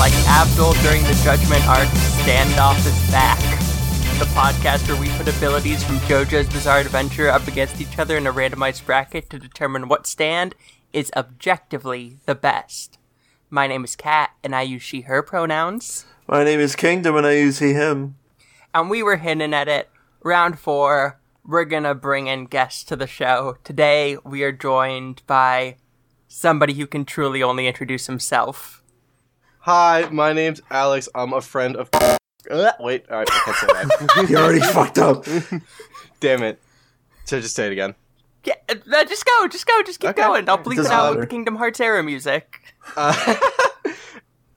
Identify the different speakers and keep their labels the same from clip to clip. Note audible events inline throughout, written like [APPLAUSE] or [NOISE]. Speaker 1: Abdul during the Judgment Arc standoff is back. The podcast where we put abilities from JoJo's Bizarre Adventure up against each other in a randomized bracket to determine what stand is objectively the best. My name is Kat, and I use she, her pronouns.
Speaker 2: My name is Kingdom and I use he, him. [LAUGHS]
Speaker 1: And we were hinting at it. Round four, we're gonna bring in guests to the show. Today, we are joined by somebody who can truly only introduce himself.
Speaker 3: Hi, my name's Alex. I'm a friend of. Uh, wait, all right, I can't
Speaker 1: [LAUGHS]
Speaker 3: say that.
Speaker 2: You already fucked up.
Speaker 3: Damn it. So just say it again.
Speaker 1: Yeah, uh, just go, just go, just keep
Speaker 3: Okay.
Speaker 1: going. I'll bleep it
Speaker 2: Doesn't
Speaker 1: out
Speaker 2: matter.
Speaker 1: with Kingdom Hearts era music.
Speaker 3: Uh,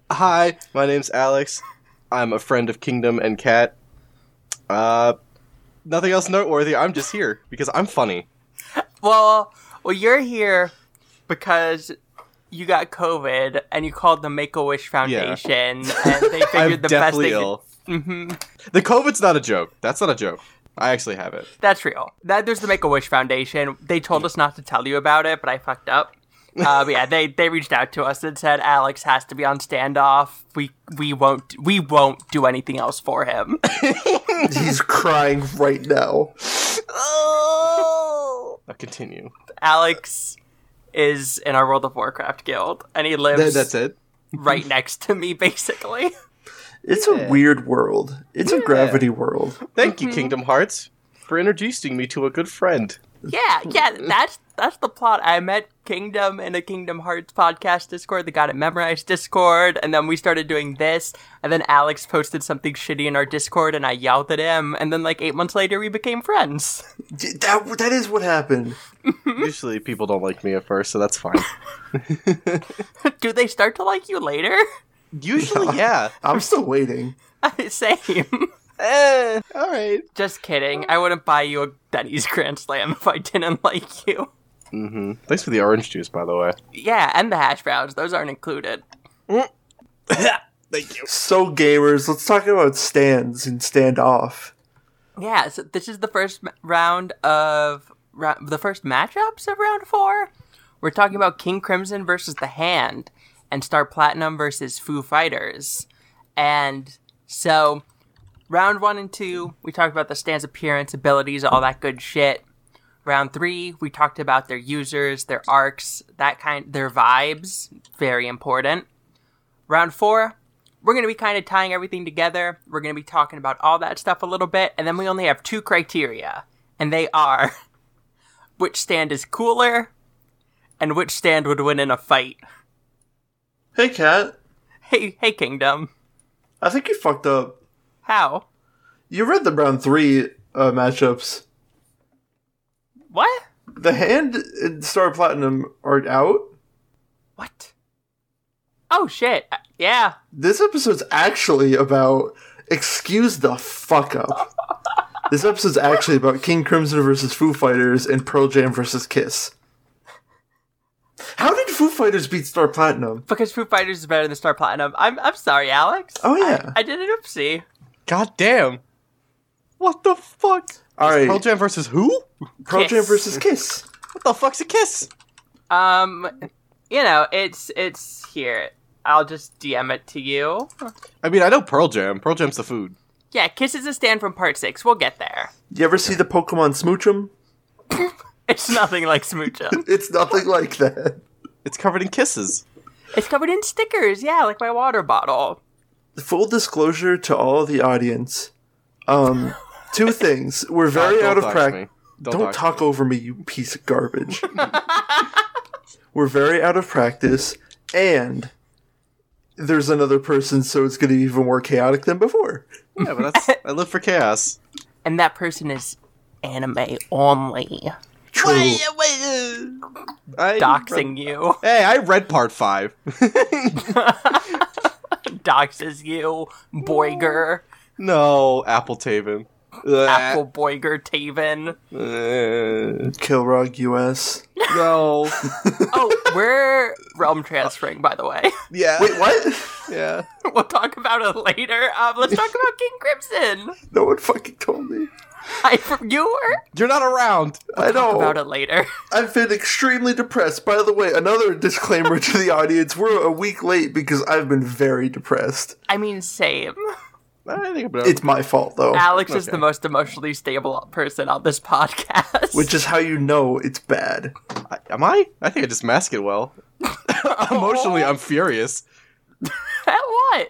Speaker 3: hi, my name's Alex. I'm a friend of Kingdom and Cat. Uh, nothing else noteworthy. I'm just here because I'm funny.
Speaker 1: Well, well, you're here because you got COVID and you called the Make a Wish Foundation, and
Speaker 3: [LAUGHS]
Speaker 1: they
Speaker 3: I'm
Speaker 1: figured the best
Speaker 3: deathly
Speaker 1: thing.
Speaker 3: ill.
Speaker 1: hmm
Speaker 3: The COVID's not a joke. That's not a joke. I actually have it.
Speaker 1: That's real. That there's the Make a Wish Foundation. They told us not to tell you about it, but I fucked up. Uh, but yeah, they they reached out to us and said Alex has to be on standoff. We we won't we won't do anything else for him. [LAUGHS]
Speaker 2: He's crying right now.
Speaker 1: oh.
Speaker 3: Now continue.
Speaker 1: Alex is in our World of Warcraft guild, and he
Speaker 3: Th-
Speaker 1: lives
Speaker 3: that's it.
Speaker 1: right next to me, basically.
Speaker 2: It's
Speaker 3: Yeah.
Speaker 2: a weird world. It's a gravity world.
Speaker 3: Thank
Speaker 1: Mm-hmm.
Speaker 3: you, Kingdom Hearts, for introducing me to a
Speaker 1: [LAUGHS]
Speaker 3: good friend.
Speaker 1: yeah, yeah, that's that's the plot. I met Kingdom in a Kingdom Hearts podcast Discord, the Got It Memorized Discord, and then we started doing this, and then Alex posted something shitty in our Discord, and I yelled at him, and then like eight months later, we became friends. [LAUGHS]
Speaker 2: D- That that is what happened.
Speaker 3: Usually people don't like me at first, so that's fine.
Speaker 1: Do they start to like you later? [LAUGHS]
Speaker 3: [LAUGHS] Usually, yeah.
Speaker 2: I'm still waiting.
Speaker 1: Same. [LAUGHS]
Speaker 3: Eh, all right.
Speaker 1: Just kidding. I wouldn't buy you a Denny's Grand Slam if I didn't [LAUGHS] like you.
Speaker 3: hmm Thanks for the orange juice, by the way.
Speaker 1: Yeah, and the hash browns. Those aren't included.
Speaker 3: Thank you.
Speaker 2: So gamers, let's talk about stands and standoff.
Speaker 1: Yeah, so this is the first m- round of ra- the first matchups of round four. We're talking about King Crimson versus The Hand and Star Platinum versus Foo Fighters. And so, round one and two, we talked about the stand's appearance, abilities, all that good shit. Round three, we talked about their users, their arcs, that kind, their vibes, very important. Round four, we're going to be kind of tying everything together. We're going to be talking about all that stuff a little bit, and then we only have two criteria, and they are [LAUGHS] which stand is cooler and which stand would win in a fight.
Speaker 2: Hey, Kat.
Speaker 1: Hey, hey, Kingdom,
Speaker 2: I think you fucked up.
Speaker 1: how?
Speaker 2: You read the round three uh, matchups.
Speaker 1: What?
Speaker 2: The hand and Star Platinum are out.
Speaker 1: What? Oh shit! Uh, Yeah,
Speaker 2: This episode's actually about excuse the fuck up. this episode's actually about King Crimson versus Foo Fighters and Pearl Jam versus Kiss. How did Foo Fighters beat Star Platinum?
Speaker 1: because Foo Fighters is better than Star Platinum. I'm I'm sorry, Alex.
Speaker 2: Oh, yeah.
Speaker 1: I, I did an oopsie.
Speaker 3: God damn. What the fuck?
Speaker 2: All right, Pearl
Speaker 3: Pearl
Speaker 2: Jam,
Speaker 3: Jam versus who?
Speaker 1: Kiss.
Speaker 2: versus Kiss.
Speaker 3: What the fuck's a kiss?
Speaker 1: Um, you know, it's it's here. I'll just DM it to you.
Speaker 3: I mean, I know Pearl Jam. Pearl Jam's the food.
Speaker 1: Yeah, Kiss is a stand from part six. We'll get there.
Speaker 2: You ever see the Pokemon Smoochum?
Speaker 1: It's nothing like Smoochum.
Speaker 2: It's nothing like that.
Speaker 3: It's covered in kisses.
Speaker 1: [LAUGHS] it's covered in stickers, yeah, like my water bottle.
Speaker 2: Full disclosure to all the audience. Um, two things. We're very
Speaker 3: God,
Speaker 2: out
Speaker 3: don't
Speaker 2: of
Speaker 3: talk to
Speaker 2: practice.
Speaker 3: me.
Speaker 2: Don't, talk
Speaker 3: to me.
Speaker 2: over me, you piece of garbage. We're very out of practice, and there's another person, so it's going to be even more chaotic than before.
Speaker 3: Yeah, but that's, I live for [LAUGHS] chaos.
Speaker 1: And that person is anime only.
Speaker 2: True.
Speaker 1: [LAUGHS]
Speaker 3: I
Speaker 1: Doxing you.
Speaker 3: Hey, I read part five. [LAUGHS]
Speaker 1: Doxes you. Boiger.
Speaker 3: no, Apple Taven.
Speaker 1: Apple Boiger Taven.
Speaker 3: Uh,
Speaker 2: Kilrog US.
Speaker 3: No.
Speaker 1: [LAUGHS] Oh, we're realm transferring, by the way.
Speaker 3: [LAUGHS]
Speaker 1: [LAUGHS]
Speaker 3: Yeah.
Speaker 2: Wait, what? [LAUGHS]
Speaker 3: Yeah.
Speaker 1: we'll talk about it later. Um, let's talk about King Crimson.
Speaker 2: No one fucking told me.
Speaker 1: I you were
Speaker 3: You're not around.
Speaker 2: I know.
Speaker 1: about it later. [LAUGHS]
Speaker 2: I've been extremely depressed. By the way, another disclaimer to the audience: we're a week late because I've been very depressed.
Speaker 1: I mean, same.
Speaker 3: I think about
Speaker 2: It's my fault though,
Speaker 1: Alex is
Speaker 3: okay.
Speaker 1: the most emotionally stable person on this podcast.
Speaker 2: which is how you know it's bad.
Speaker 3: I, am I? I think I just mask
Speaker 1: [LAUGHS]
Speaker 3: it well. Emotionally, I'm furious.
Speaker 1: [LAUGHS] at what?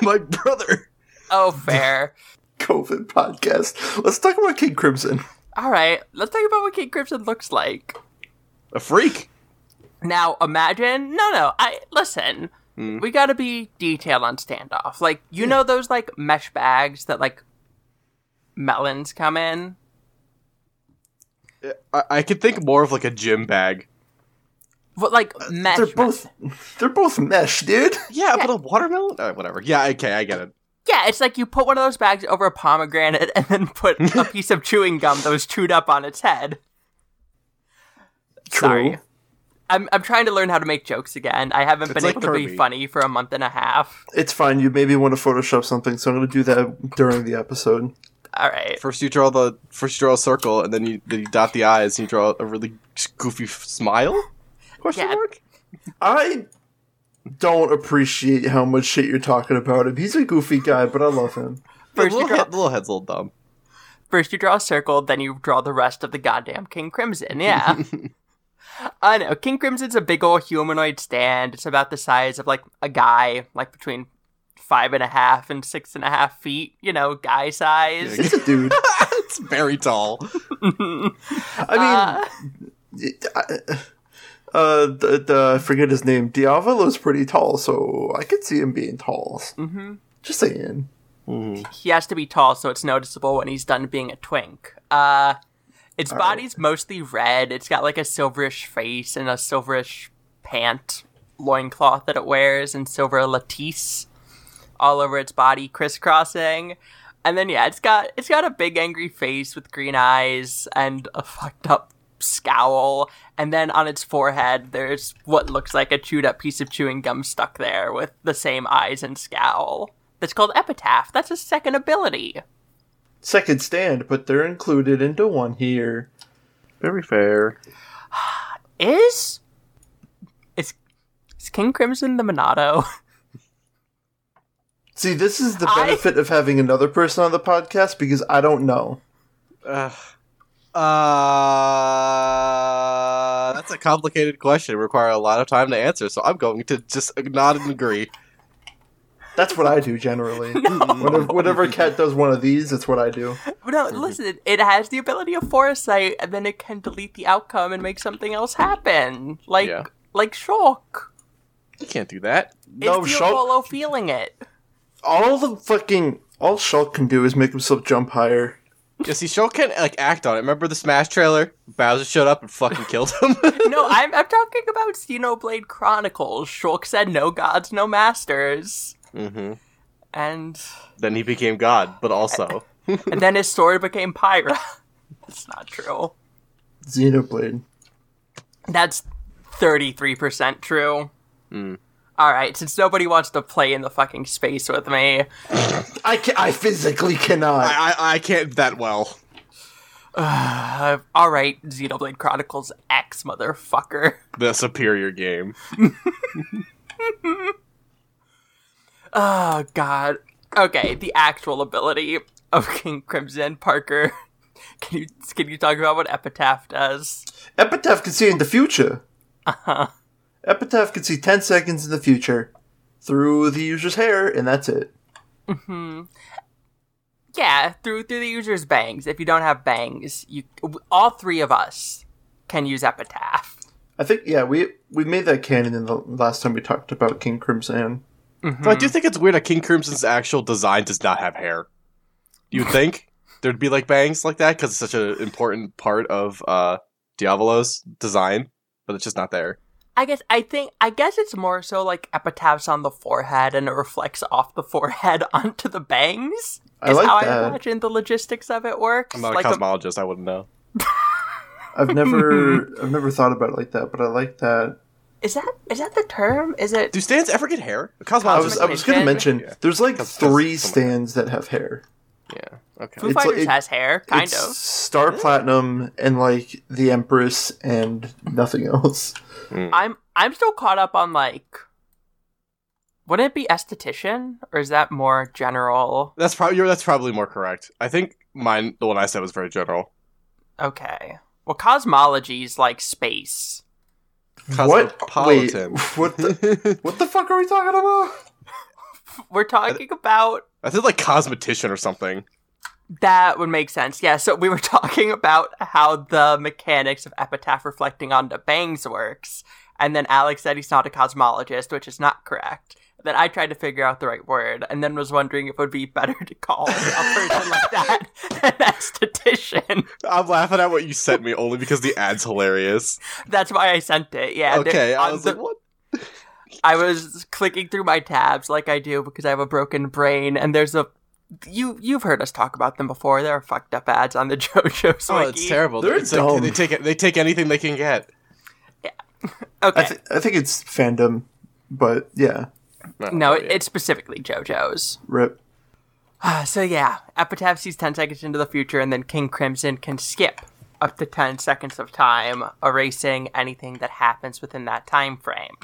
Speaker 3: my brother.
Speaker 1: Oh, fair.
Speaker 2: COVID podcast. Let's talk about King Crimson.
Speaker 1: All right, let's talk about what King Crimson looks like.
Speaker 3: A freak.
Speaker 1: Now imagine no no I listen.
Speaker 3: Hmm.
Speaker 1: We gotta be detailed on standoff. Like you know those like mesh bags that like melons come in.
Speaker 3: I, I could think more of like a gym bag.
Speaker 1: But like
Speaker 3: Uh,
Speaker 1: mesh.
Speaker 2: They're both [LAUGHS] they're both mesh, dude.
Speaker 3: Yeah, but a watermelon? Uh, whatever. Yeah, okay, I get it.
Speaker 1: Yeah, it's like you put one of those bags over a pomegranate [LAUGHS] and then put
Speaker 3: [LAUGHS]
Speaker 1: a piece of chewing gum that was chewed up on its head. Sorry. I'm I'm trying to learn how to make jokes again. I haven't
Speaker 3: It's
Speaker 1: been
Speaker 3: like
Speaker 1: able to be
Speaker 3: Kirby.
Speaker 1: funny for a month and a half.
Speaker 2: It's fine. You maybe want to Photoshop something, so I'm going to do that during the episode.
Speaker 1: All right.
Speaker 3: First you draw the first you draw a circle, and then you then you dot the eyes, and you draw a really goofy f- smile. Question
Speaker 1: Yeah.
Speaker 3: mark.
Speaker 2: I don't appreciate how much shit you're talking about him. He's a goofy guy, but I love him.
Speaker 1: First
Speaker 3: the
Speaker 1: you
Speaker 3: little,
Speaker 1: draw
Speaker 3: head- the little head's a little dumb.
Speaker 1: first you draw a circle, then you draw the rest of the goddamn King Crimson. Yeah. I know. King Crimson's a big old humanoid stand. It's about the size of like a guy, like between five and a half and six and a half feet, you know, guy size.
Speaker 2: He's a dude.
Speaker 3: it's
Speaker 1: [LAUGHS]
Speaker 3: very tall.
Speaker 2: I mean, I- uh, the, the, I forget his name. Diavolo's pretty tall, so I could see him being tall. Mm-hmm. Just saying.
Speaker 1: he has to be tall so it's noticeable when he's done being a twink. Uh, its body's mostly red. It's got like a silverish face and a silverish pant loincloth that it wears and silver lattice all over its body, crisscrossing. And then yeah, it's got it's got a big angry face with green eyes and a fucked up scowl. And then on its forehead, there's what looks like a chewed up piece of chewing gum stuck there with the same eyes and scowl. That's called epitaph. That's his second ability.
Speaker 2: Second stand, but they're included into one here.
Speaker 3: Very fair.
Speaker 1: Is is is King Crimson the Monado? [LAUGHS]
Speaker 2: See, this is the
Speaker 1: I-
Speaker 2: benefit of having another person on the podcast because I don't know.
Speaker 3: Uh, uh, that's a complicated question. It requires a lot of time to answer, so I'm going to just nod and agree.
Speaker 2: That's what I do [LAUGHS] generally. whenever, whenever Cat does one of these, it's what I do.
Speaker 1: No, listen. It has the ability of foresight, and then it can delete the outcome and make something else happen, like
Speaker 3: Yeah.
Speaker 1: like shock.
Speaker 3: You can't do that.
Speaker 2: No,
Speaker 1: is
Speaker 2: Shulk-
Speaker 1: Diavolo feeling it?
Speaker 2: All the fucking all Shulk can do is make himself jump higher.
Speaker 3: You see, Shulk can like act on it. Remember the Smash trailer? Bowser showed up and fucking killed him. [LAUGHS]
Speaker 1: No, I'm I'm talking about Xenoblade Chronicles. Shulk said, "No gods, no masters,"
Speaker 3: hmm
Speaker 1: and
Speaker 3: Then he became God, but also
Speaker 1: and then his sword became Pyra. [LAUGHS] That's not true.
Speaker 2: Xenoblade.
Speaker 1: That's 33% true. All right, since nobody wants to play in the fucking space with me,
Speaker 2: I can, I physically cannot.
Speaker 3: I, I I can't that well.
Speaker 1: uh, all right, Xenoblade Chronicles X, motherfucker.
Speaker 3: The superior game.
Speaker 1: Oh, God. Okay, the actual ability of King Crimson Parker. [LAUGHS] Can you can you talk about what Epitaph does?
Speaker 2: Epitaph can see in the future. Uh-huh. Epitaph can see 10 seconds in the future through the user's hair, and that's it.
Speaker 1: Yeah, through through the user's bangs. If you don't have bangs, you all three of us can use Epitaph.
Speaker 2: I think, yeah, we we made that canon in the last time we talked about King Crimson.
Speaker 3: Though I do think it's weird that King Crimson's actual design does not have hair. You would think there'd be like bangs like that because it's such an important part of uh, Diavolo's design, but it's just not there.
Speaker 1: I guess I think I guess it's more so like epitaphs on the forehead and it reflects off the forehead [LAUGHS] onto the bangs.
Speaker 2: I
Speaker 1: is
Speaker 2: like
Speaker 1: how
Speaker 2: that.
Speaker 1: I imagine the logistics of it works.
Speaker 3: I'm not
Speaker 1: like
Speaker 3: a
Speaker 1: a-
Speaker 3: cosmologist. I I wouldn't know.
Speaker 2: I've never I've never thought about it like that, but I like that.
Speaker 1: Is that is that the term? Is it
Speaker 3: Do stands ever get hair?
Speaker 2: I
Speaker 3: Cosmology.
Speaker 2: was I was gonna mention
Speaker 3: Yeah.
Speaker 2: there's like
Speaker 3: That's- that's
Speaker 2: three
Speaker 3: something like
Speaker 2: stands that have hair.
Speaker 3: yeah. Okay.
Speaker 1: Foo
Speaker 2: it's like-
Speaker 1: Fighters
Speaker 2: it-
Speaker 1: has hair, kind
Speaker 2: It's
Speaker 1: of.
Speaker 2: Star Platinum and like the Empress and nothing else.
Speaker 1: I'm I'm still caught up on like wouldn't it be esthetician? Or is that more general?
Speaker 3: That's probably that's probably more correct. I think mine, the one I said was very general.
Speaker 1: Okay. Well cosmology is like space.
Speaker 2: What? Wait,
Speaker 3: Cosmopolitan. [LAUGHS]
Speaker 2: what the what the fuck are we talking about?
Speaker 1: We're talking about
Speaker 3: I said like cosmetician or something.
Speaker 1: That would make sense. Yeah, so we were [LAUGHS] talking about how the mechanics of epitaph reflecting on the bangs works, and then Alex said he's not a cosmologist, which is not correct. Then I tried to figure out the right word, and then was wondering if it would be better to call a person like that [LAUGHS] an esthetician.
Speaker 3: I'm laughing at what you sent me only because the ad's hilarious.
Speaker 1: That's why I sent it. Yeah. there-
Speaker 3: okay, I
Speaker 1: on
Speaker 3: was
Speaker 1: the-
Speaker 3: like, what?
Speaker 1: I was clicking through my tabs like I do because I have a broken brain, and there's a you you've heard us talk about them before. There are fucked up ads on the [LAUGHS] JoJo's
Speaker 3: Oh,
Speaker 1: wiki.
Speaker 3: it's terrible.
Speaker 2: They're
Speaker 3: It's like, they
Speaker 2: dumb.
Speaker 3: take it- they take anything they can get.
Speaker 1: Okay.
Speaker 2: I, th- I think it's fandom, but yeah,
Speaker 1: No,
Speaker 3: Oh, yeah.
Speaker 1: it, it's specifically JoJo's.
Speaker 2: rip.
Speaker 1: Uh, so yeah, Epitaph sees 10 seconds into the future, and then King Crimson can skip up to 10 seconds of time, erasing anything that happens within that time frame.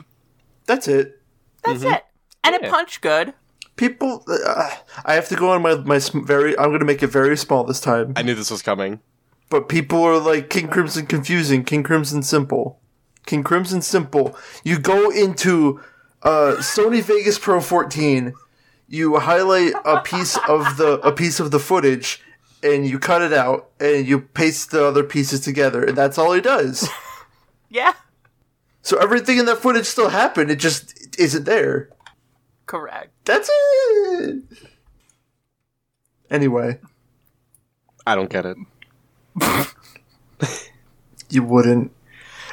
Speaker 2: That's it.
Speaker 1: That's it. And it
Speaker 3: Mm-hmm. Yeah.
Speaker 1: punched good.
Speaker 2: People, uh, I have to go on my my sm- very. I'm gonna make it very small this time.
Speaker 3: I knew this was coming.
Speaker 2: But people are like King Crimson confusing, King Crimson simple, King Crimson simple. You go into uh, Sony Vegas Pro 14, you highlight a piece of the a piece of the footage, and you cut it out, and you paste the other pieces together, and that's all he does.
Speaker 1: Yeah,
Speaker 2: So everything in that footage still happened. It just isn't there.
Speaker 1: correct.
Speaker 2: That's it. Anyway,
Speaker 3: I don't get it.
Speaker 2: you wouldn't.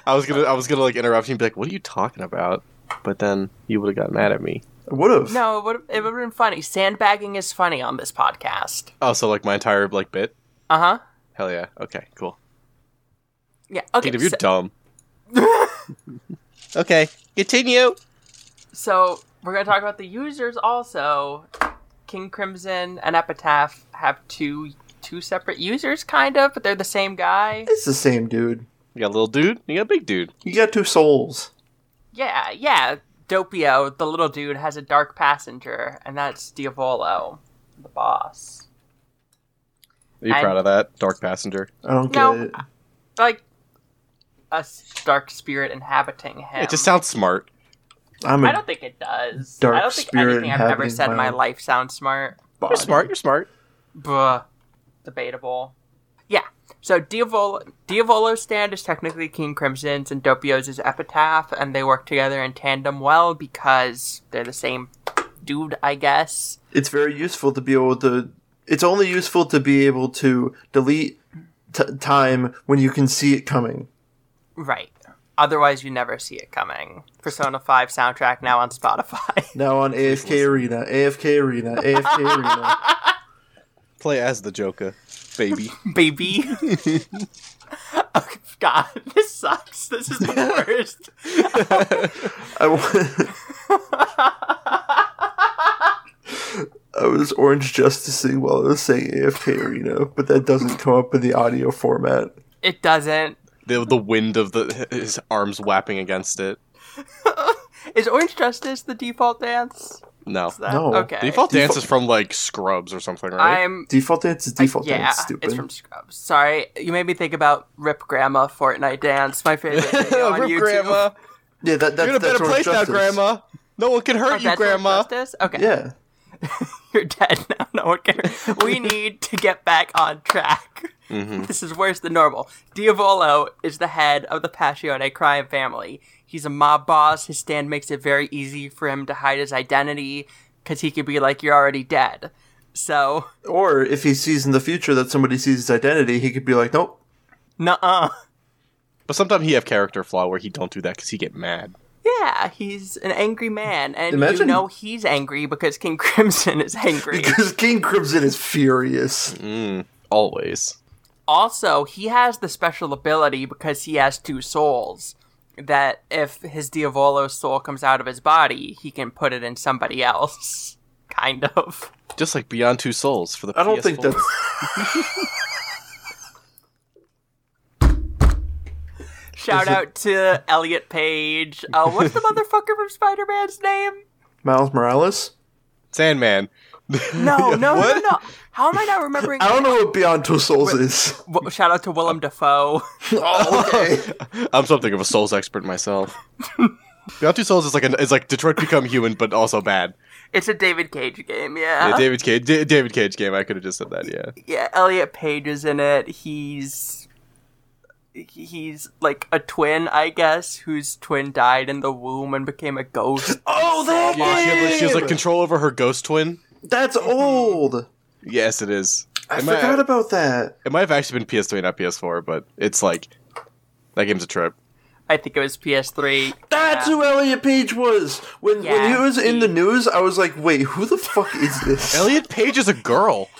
Speaker 3: I was gonna I was gonna like interrupt you and be like, "What are you talking about?" But then you would have got mad at me.
Speaker 2: I would have.
Speaker 1: No, it would it would have been funny. Sandbagging is funny on this podcast.
Speaker 3: Oh, so like my entire like bit.
Speaker 1: Uh huh.
Speaker 3: Hell yeah. Okay. Cool.
Speaker 1: Yeah. Okay.
Speaker 3: Dude, you're
Speaker 1: so-
Speaker 3: dumb. [LAUGHS] okay. Continue.
Speaker 1: So we're gonna talk about the users also. King Crimson and Epitaph have two two separate users, kind of, but they're the same guy.
Speaker 2: It's the same dude.
Speaker 3: You got a little dude. You got a big dude.
Speaker 2: You got two souls.
Speaker 1: Yeah, yeah. Dopio, the little dude, has a dark passenger, and that's Diavolo, the boss.
Speaker 3: Are you
Speaker 1: I'm-
Speaker 3: proud of that, Dark Passenger?
Speaker 2: I don't
Speaker 1: No.
Speaker 2: get it.
Speaker 1: Like a s- dark spirit inhabiting him.
Speaker 3: It just sounds smart.
Speaker 2: I'm
Speaker 1: I
Speaker 2: a
Speaker 1: don't think it does.
Speaker 2: Dark
Speaker 1: I don't think
Speaker 2: spirit
Speaker 1: anything I've ever
Speaker 2: inhabiting
Speaker 1: said in my
Speaker 2: my-
Speaker 1: life sounds smart.
Speaker 3: You're
Speaker 2: body.
Speaker 3: smart. You're smart.
Speaker 1: Bruh. Debatable. Yeah. So Diavolo, Diavolo's stand is technically King Crimson's and Dopio's is Epitaph, and they work together in tandem well because they're the same dude, I guess.
Speaker 2: It's very useful to be able to. It's only useful to be able to delete t- time when you can see it coming.
Speaker 1: Right. Otherwise, you never see it coming. Persona 5 soundtrack now on Spotify. [LAUGHS]
Speaker 2: Now on AFK Arena, AFK Arena, AFK Arena.
Speaker 3: Play as the Joker, baby. [LAUGHS]
Speaker 1: Baby. oh, God. This sucks. This is the worst.
Speaker 3: [LAUGHS]
Speaker 2: I wa- [LAUGHS] I was orange justicing while I was saying AFK Arena, but that doesn't come up in the audio format.
Speaker 1: It doesn't.
Speaker 3: the, the wind of the his arms whapping against it.
Speaker 1: Is Orange Justice the default dance?
Speaker 3: No.
Speaker 1: Is that-
Speaker 2: No.
Speaker 1: Okay.
Speaker 3: Default dance
Speaker 2: Default-
Speaker 3: is from like Scrubs or something, right?
Speaker 1: I'm
Speaker 2: Default dance is default
Speaker 1: yeah,
Speaker 2: dance. Stupid.
Speaker 1: it's from Scrubs. Sorry, you made me think about Rip Grandma Fortnite Dance, my
Speaker 3: [LAUGHS]
Speaker 1: favorite video on YouTube.
Speaker 3: Rip, grandma.
Speaker 2: yeah, that, that's
Speaker 3: You're in a
Speaker 2: that's
Speaker 3: better
Speaker 2: Orange
Speaker 3: place
Speaker 2: Justice.
Speaker 3: now, Grandma. No one can
Speaker 1: Oh,
Speaker 3: hurt you,
Speaker 1: that's Orange
Speaker 3: Grandma.
Speaker 1: Justice? Okay,
Speaker 2: Yeah.
Speaker 1: [LAUGHS] you're dead now. No one
Speaker 3: [LAUGHS]
Speaker 1: cares. we need to get back on track.
Speaker 3: Mm-hmm.
Speaker 1: This is worse than normal. Diavolo is the head of the Passione crime family. He's a mob boss. His stand makes it very easy for him to hide his identity because he could be like, "You're already dead." So,
Speaker 2: Or if he sees in the future that somebody sees his identity, he could be like, nope. [LAUGHS]
Speaker 1: nuh-uh.
Speaker 3: But sometimes he have character flaw where he don't do that because he get mad.
Speaker 1: Yeah, he's an angry man, and you
Speaker 2: Imagine-
Speaker 1: know he's angry because King [LAUGHS] Crimson is angry.
Speaker 2: Because King Crimson is furious.
Speaker 3: Always.
Speaker 1: also, he has the special ability because he has two souls. That if his Diavolo's soul comes out of his body, he can put it in somebody else. [LAUGHS] Kind of.
Speaker 3: Just like Beyond Two Souls for the
Speaker 2: I don't
Speaker 3: PS4.
Speaker 2: think that's.
Speaker 1: Shout
Speaker 2: Is it-
Speaker 1: out to Elliot Page. Uh, what's the
Speaker 2: [LAUGHS]
Speaker 1: motherfucker from Spider Man's name?
Speaker 2: Miles Morales?
Speaker 3: Sandman.
Speaker 2: [LAUGHS]
Speaker 1: No, no, no,
Speaker 3: What?
Speaker 1: no. How am I not remembering?
Speaker 2: I don't know what Beyond Two Souls
Speaker 3: [LAUGHS]
Speaker 2: is.
Speaker 1: W- Shout out to Willem Dafoe. [LAUGHS]
Speaker 2: Oh, okay.
Speaker 3: I'm something of a Souls expert [LAUGHS] myself. Beyond Two Souls is like an, is like Detroit Become Human, but also bad.
Speaker 1: It's a David Cage game, yeah.
Speaker 3: Yeah,
Speaker 1: Yeah,
Speaker 3: David Cage, D- David Cage game. I could have just said that. Yeah,
Speaker 1: Elliot Page is in it. He's he's like a twin, I guess, whose twin died in the womb and became a ghost.
Speaker 2: [LAUGHS]
Speaker 3: [LAUGHS]
Speaker 2: oh, that
Speaker 3: yeah. She, has, like, she has like
Speaker 2: game!
Speaker 3: control over her ghost twin.
Speaker 2: That's old.
Speaker 3: Yes, it is.
Speaker 2: I
Speaker 3: It might-
Speaker 2: forgot about that.
Speaker 3: It might have actually been PS3, not PS4, but it's like that game's a trip.
Speaker 1: I think it was PS3.
Speaker 2: That's
Speaker 1: Yeah.
Speaker 2: who Elliot Page was. When
Speaker 1: Yeah,
Speaker 2: when he was in
Speaker 1: he-
Speaker 2: the news, I was like, wait, who the fuck is this?
Speaker 3: Elliot Page is a girl.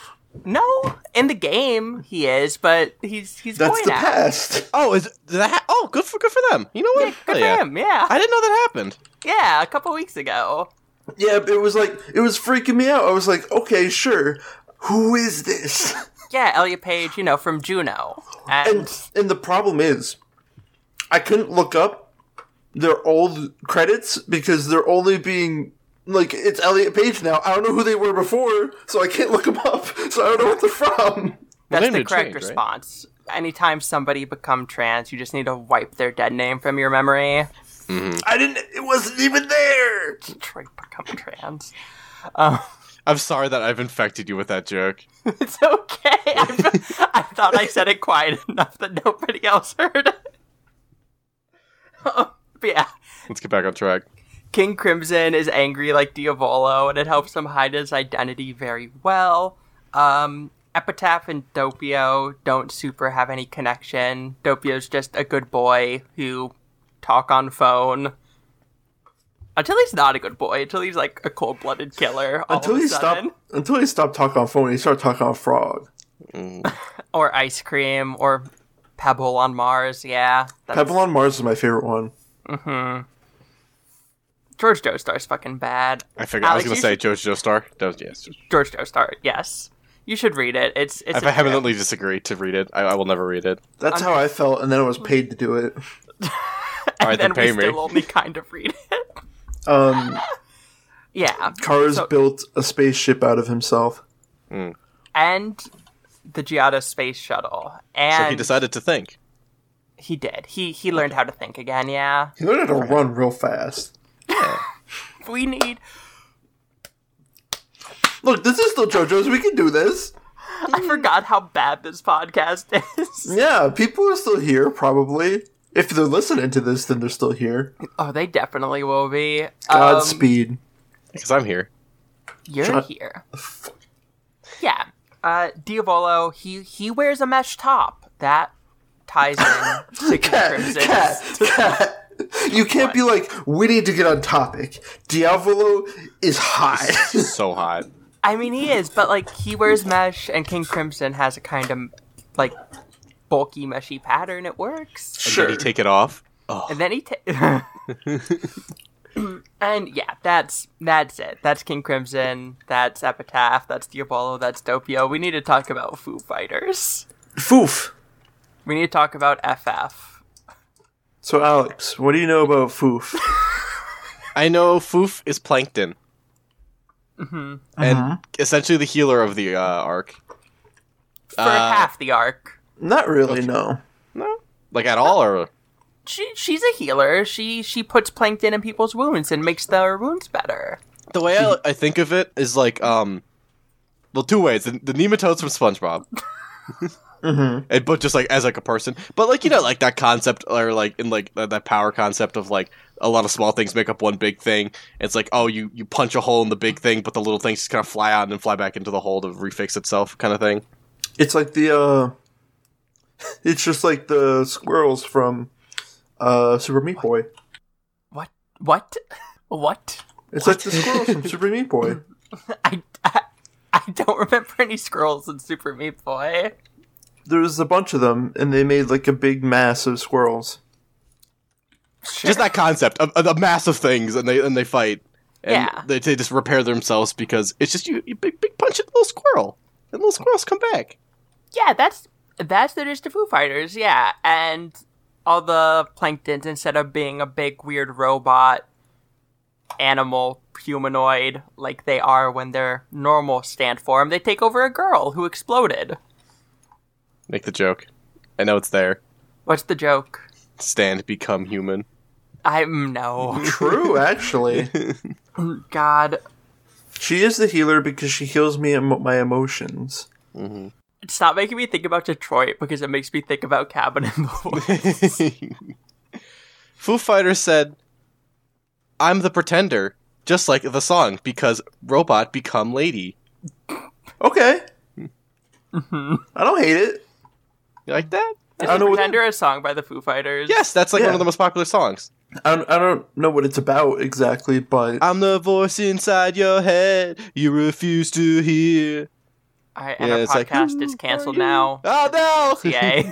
Speaker 1: No, in the game he is, but he's he's
Speaker 2: That's
Speaker 1: going
Speaker 2: the
Speaker 1: out.
Speaker 2: past. [LAUGHS]
Speaker 3: Oh, is did that? Ha- oh, good for good for them. You know what?
Speaker 1: Yeah, good
Speaker 3: Hell
Speaker 1: for
Speaker 3: Oh, yeah.
Speaker 1: him. Yeah,
Speaker 3: I didn't know that happened.
Speaker 1: yeah. A couple weeks ago.
Speaker 2: Yeah, but it was like it was freaking me out. I was like, okay, sure. Who is this?
Speaker 1: Yeah, Elliot Page, you know, from Juno, and
Speaker 2: And and the problem is, I couldn't look up their old credits because they're only being like it's Elliot Page now. I don't know who they were before, so I can't look them up. So I don't know what they're from.
Speaker 1: That's
Speaker 3: Well, they
Speaker 1: the
Speaker 3: need to
Speaker 1: correct
Speaker 3: change, right?
Speaker 1: response. Anytime somebody become trans, you just need to wipe their dead name from your memory.
Speaker 2: I didn't. It wasn't even there.
Speaker 1: Detroit become trans.
Speaker 3: I'm sorry that I've infected you with that joke.
Speaker 1: It's okay. I, I thought I said it quiet enough that nobody else heard [LAUGHS] it. Oh, but yeah,
Speaker 3: Let's get back on track.
Speaker 1: King Crimson is angry like Diavolo, and it helps him hide his identity very well. Um, Epitaph and Dopio don't super have any connection. Dopio's just a good boy who talk on phone. Until he's not a good boy. Until he's like a cold-blooded killer. all
Speaker 2: Until
Speaker 1: of a
Speaker 2: he
Speaker 1: sudden.
Speaker 2: stopped. Until he stopped talking on phone, he started talking on frog.
Speaker 1: or ice cream, or Pebble on Mars. Yeah, that's,
Speaker 2: Pebble on Mars is my favorite one.
Speaker 1: George Joestar's fucking bad.
Speaker 3: I figured
Speaker 1: Alex,
Speaker 3: I was
Speaker 1: you
Speaker 3: going to say JoJo Star. That was, yes.
Speaker 1: George Joestar. Yes, you should read it. It's it's.
Speaker 3: If
Speaker 1: a
Speaker 3: I haven't
Speaker 1: [LAUGHS] trip.
Speaker 3: really disagreed to read it, I, I will never read it.
Speaker 2: That's how I felt, and then I was paid to do it.
Speaker 3: All right, then
Speaker 1: then
Speaker 3: pay
Speaker 1: we
Speaker 3: me.
Speaker 1: still only kind of read it. [LAUGHS]
Speaker 2: Um,
Speaker 1: yeah,
Speaker 2: Cars
Speaker 1: So-
Speaker 2: built a spaceship out of himself.
Speaker 1: and the Giada space shuttle, and
Speaker 3: So he decided to think.
Speaker 1: he did. He he learned how to think again. Yeah,
Speaker 2: He learned how to run real fast.
Speaker 1: we need.
Speaker 2: Look, this is still JoJo's. We can do this.
Speaker 1: I forgot how bad this podcast [LAUGHS] is.
Speaker 2: Yeah, people are still here, probably. If they're listening to this, then they're still here.
Speaker 1: Oh, they definitely will be. Um,
Speaker 2: Godspeed.
Speaker 3: Because I'm here.
Speaker 1: You're
Speaker 2: Shut-
Speaker 1: here. Yeah. Uh, Diavolo, he he wears a mesh top. That ties
Speaker 2: [LAUGHS]
Speaker 1: in to King
Speaker 2: cat,
Speaker 1: Crimson.
Speaker 2: cat, cat. You can't be like, we need to get on topic. Diavolo is hot.
Speaker 3: So hot.
Speaker 1: I mean, he is, but like he wears mesh, and King Crimson has a kind of like bulky meshy pattern. It works,
Speaker 3: Sure. Did he take it off?
Speaker 1: and then he.
Speaker 2: [LAUGHS]
Speaker 1: Ta- and yeah, that's that's it. That's King Crimson. That's Epitaph. That's Diabolo. That's Dopio. We need to talk about Foo Fighters.
Speaker 2: Foof.
Speaker 1: We need to talk about FF.
Speaker 2: So, Alex, what do you know about Foof?
Speaker 3: I know Foof is Plankton.
Speaker 1: Mm-hmm.
Speaker 3: And essentially the healer of the uh, arc.
Speaker 1: for
Speaker 3: Uh,
Speaker 1: half the arc.
Speaker 2: Not really, no.
Speaker 3: No? Like at all? or
Speaker 1: She she's a healer. She she puts plankton in people's wounds and makes their wounds better.
Speaker 3: The way I, I think of it is like, um, well, two ways. The, the nematodes from SpongeBob. and, but just like as like a person, but like you know, like that concept or like in like that that power concept of like a lot of small things make up one big thing. It's like oh, you you punch a hole in the big thing, but the little things just kind of fly out and then fly back into the hole to refix itself, kind of thing.
Speaker 2: It's like the uh it's just like the squirrels from uh Super Meat Boy.
Speaker 1: What what [LAUGHS] what?
Speaker 2: It's like [LAUGHS] the squirrels from Super Meat Boy.
Speaker 1: I, I I don't remember any scrolls in Super Meat Boy.
Speaker 2: there was a bunch of them, and they made like a big mass of squirrels.
Speaker 3: Just that concept of, of the massive things, and they and they fight. And
Speaker 1: Yeah.
Speaker 3: They, they just repair themselves because it's just you, you big big punch at the little squirrel, and little squirrels come back.
Speaker 1: Yeah, that's that's the gist of Foo Fighters. Yeah, and all the planktons instead of being a big weird robot, animal, humanoid like they are when they're normal stand form, they take over a girl who exploded.
Speaker 3: Make the joke. I know it's there.
Speaker 1: What's the joke?
Speaker 3: Stand,
Speaker 2: [LAUGHS]
Speaker 3: become human.
Speaker 1: I'm no
Speaker 2: True, actually.
Speaker 1: God.
Speaker 2: she is the healer because she heals me and my emotions.
Speaker 1: Stop making me think about Detroit because it makes me think about Cabin in the Woods.
Speaker 3: Foo Fighters said, "I'm the pretender," just like the song, because robot become lady.
Speaker 2: Okay. I don't hate it.
Speaker 3: You like that?
Speaker 1: Is
Speaker 2: I
Speaker 1: I
Speaker 2: know what-
Speaker 1: Pretender a song by the Foo Fighters?
Speaker 3: Yes, that's like
Speaker 2: Yeah.
Speaker 3: one of the most popular songs.
Speaker 2: I don't, I don't know what it's about exactly, but
Speaker 3: I'm the voice inside your head you refuse to hear.
Speaker 1: I, and
Speaker 3: Yeah,
Speaker 1: our
Speaker 3: it's like,
Speaker 1: podcast is
Speaker 3: "Who
Speaker 1: canceled
Speaker 3: [LAUGHS]
Speaker 1: now.
Speaker 3: Oh no!
Speaker 1: [LAUGHS] Yay.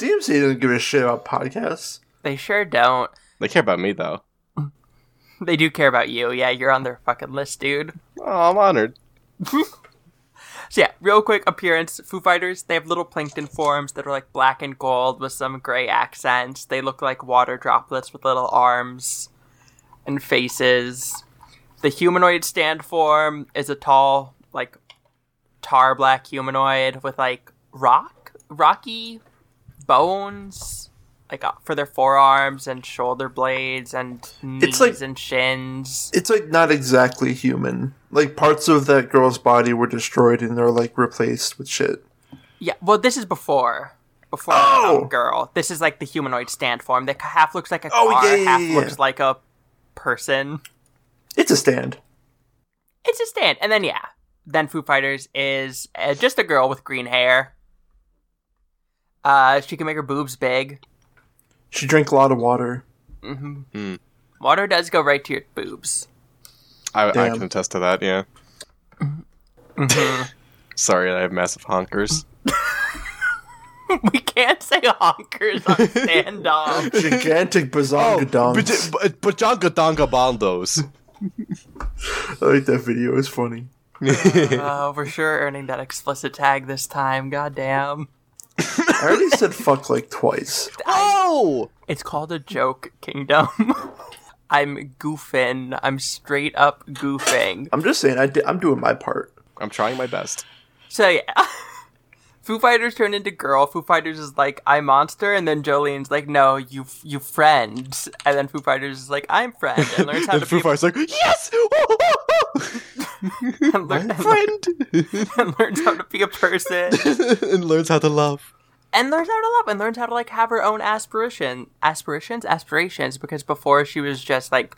Speaker 2: DMC doesn't give a shit about podcasts.
Speaker 1: they sure don't.
Speaker 3: They care about me though.
Speaker 1: They do care about you. Yeah, you're on their fucking list, dude.
Speaker 3: Oh, I'm honored.
Speaker 1: So yeah, real quick appearance. Foo Fighters. They have little plankton forms that are like black and gold with some gray accents. They look like water droplets with little arms and faces. The humanoid stand form is a tall, like tar black humanoid with like rock, rocky bones, like uh, for their forearms and shoulder blades and knees
Speaker 2: It's like-
Speaker 1: and shins.
Speaker 2: It's like not exactly human. Like parts of that girl's body were destroyed and they're like replaced with shit.
Speaker 1: Yeah, well, this is before before
Speaker 2: Oh!
Speaker 1: oh! girl. This is like the humanoid stand form that half looks like a
Speaker 2: Oh,
Speaker 1: car,
Speaker 2: yeah, yeah,
Speaker 1: half
Speaker 2: yeah, yeah.
Speaker 1: looks like a person.
Speaker 2: It's a stand.
Speaker 1: It's a stand, and then yeah, then Foo Fighters is uh, just a girl with green hair. Uh, she can make her boobs big.
Speaker 2: She drank a lot of water.
Speaker 1: hmm
Speaker 3: Mm.
Speaker 1: Water does go right to your boobs. [LAUGHS]
Speaker 3: I, I
Speaker 2: Damn.
Speaker 3: can attest to that. Yeah.
Speaker 1: Mhm.
Speaker 3: [LAUGHS] Sorry, I have massive honkers.
Speaker 1: we can't say honkers
Speaker 2: [LAUGHS]
Speaker 1: on stand off.
Speaker 2: Gigantic
Speaker 3: Oh,
Speaker 2: bazongadongs.
Speaker 3: Bajanga Danga [LAUGHS] Bondos.
Speaker 2: I like that video. It's funny.
Speaker 1: Oh, we're sure earning that explicit tag this time. Goddamn.
Speaker 2: I already said fuck like twice.
Speaker 3: Oh!
Speaker 1: It's called a joke kingdom. [LAUGHS] I'm goofing. I'm straight up goofing.
Speaker 2: I'm just saying. I di- I'm doing my part.
Speaker 3: I'm trying my best.
Speaker 1: So yeah. [LAUGHS] Foo Fighters turned into girl. Foo Fighters is like I monster, and then Jolene's like, no, you you friend, and then Foo Fighters is like I'm friend, and learns how to
Speaker 3: And Foo
Speaker 1: be
Speaker 3: Fighters like, yes! [LAUGHS]
Speaker 1: and [LAUGHS] learn- and learn-
Speaker 3: Friend! [LAUGHS]
Speaker 1: and learns how to be a person,
Speaker 3: and learns how to love.
Speaker 1: and learns how to love, and learns how to like have her own aspiration, aspirations, aspirations, because before she was just like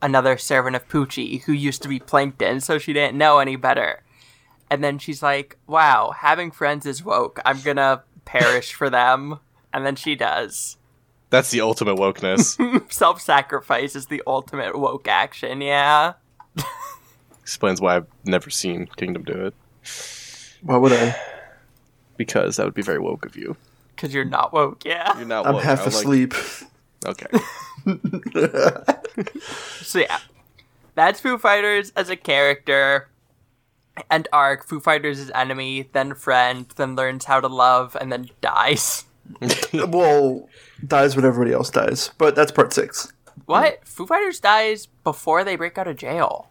Speaker 1: another servant of Poochie who used to be Plankton, so she didn't know any better. And then she's like, wow, having friends is woke. I'm gonna perish for them. And then she does.
Speaker 3: That's the ultimate wokeness. [LAUGHS]
Speaker 1: Self sacrifice is the ultimate woke action, yeah?
Speaker 3: Explains why I've never seen Kingdom do it.
Speaker 2: Why would I?
Speaker 3: Because that would be very woke of you.
Speaker 1: Because you're not woke, yeah?
Speaker 3: You're not
Speaker 2: I'm
Speaker 3: woke.
Speaker 2: half
Speaker 3: I don't like-
Speaker 2: asleep.
Speaker 3: [LAUGHS] okay.
Speaker 1: So, yeah. That's Foo Fighters as a character and arc. Foo Fighters is enemy, then friend, then learns how to love, and then dies. [LAUGHS]
Speaker 2: well, dies when everybody else dies, but that's part six.
Speaker 1: What? Foo Fighters dies before they break out of jail.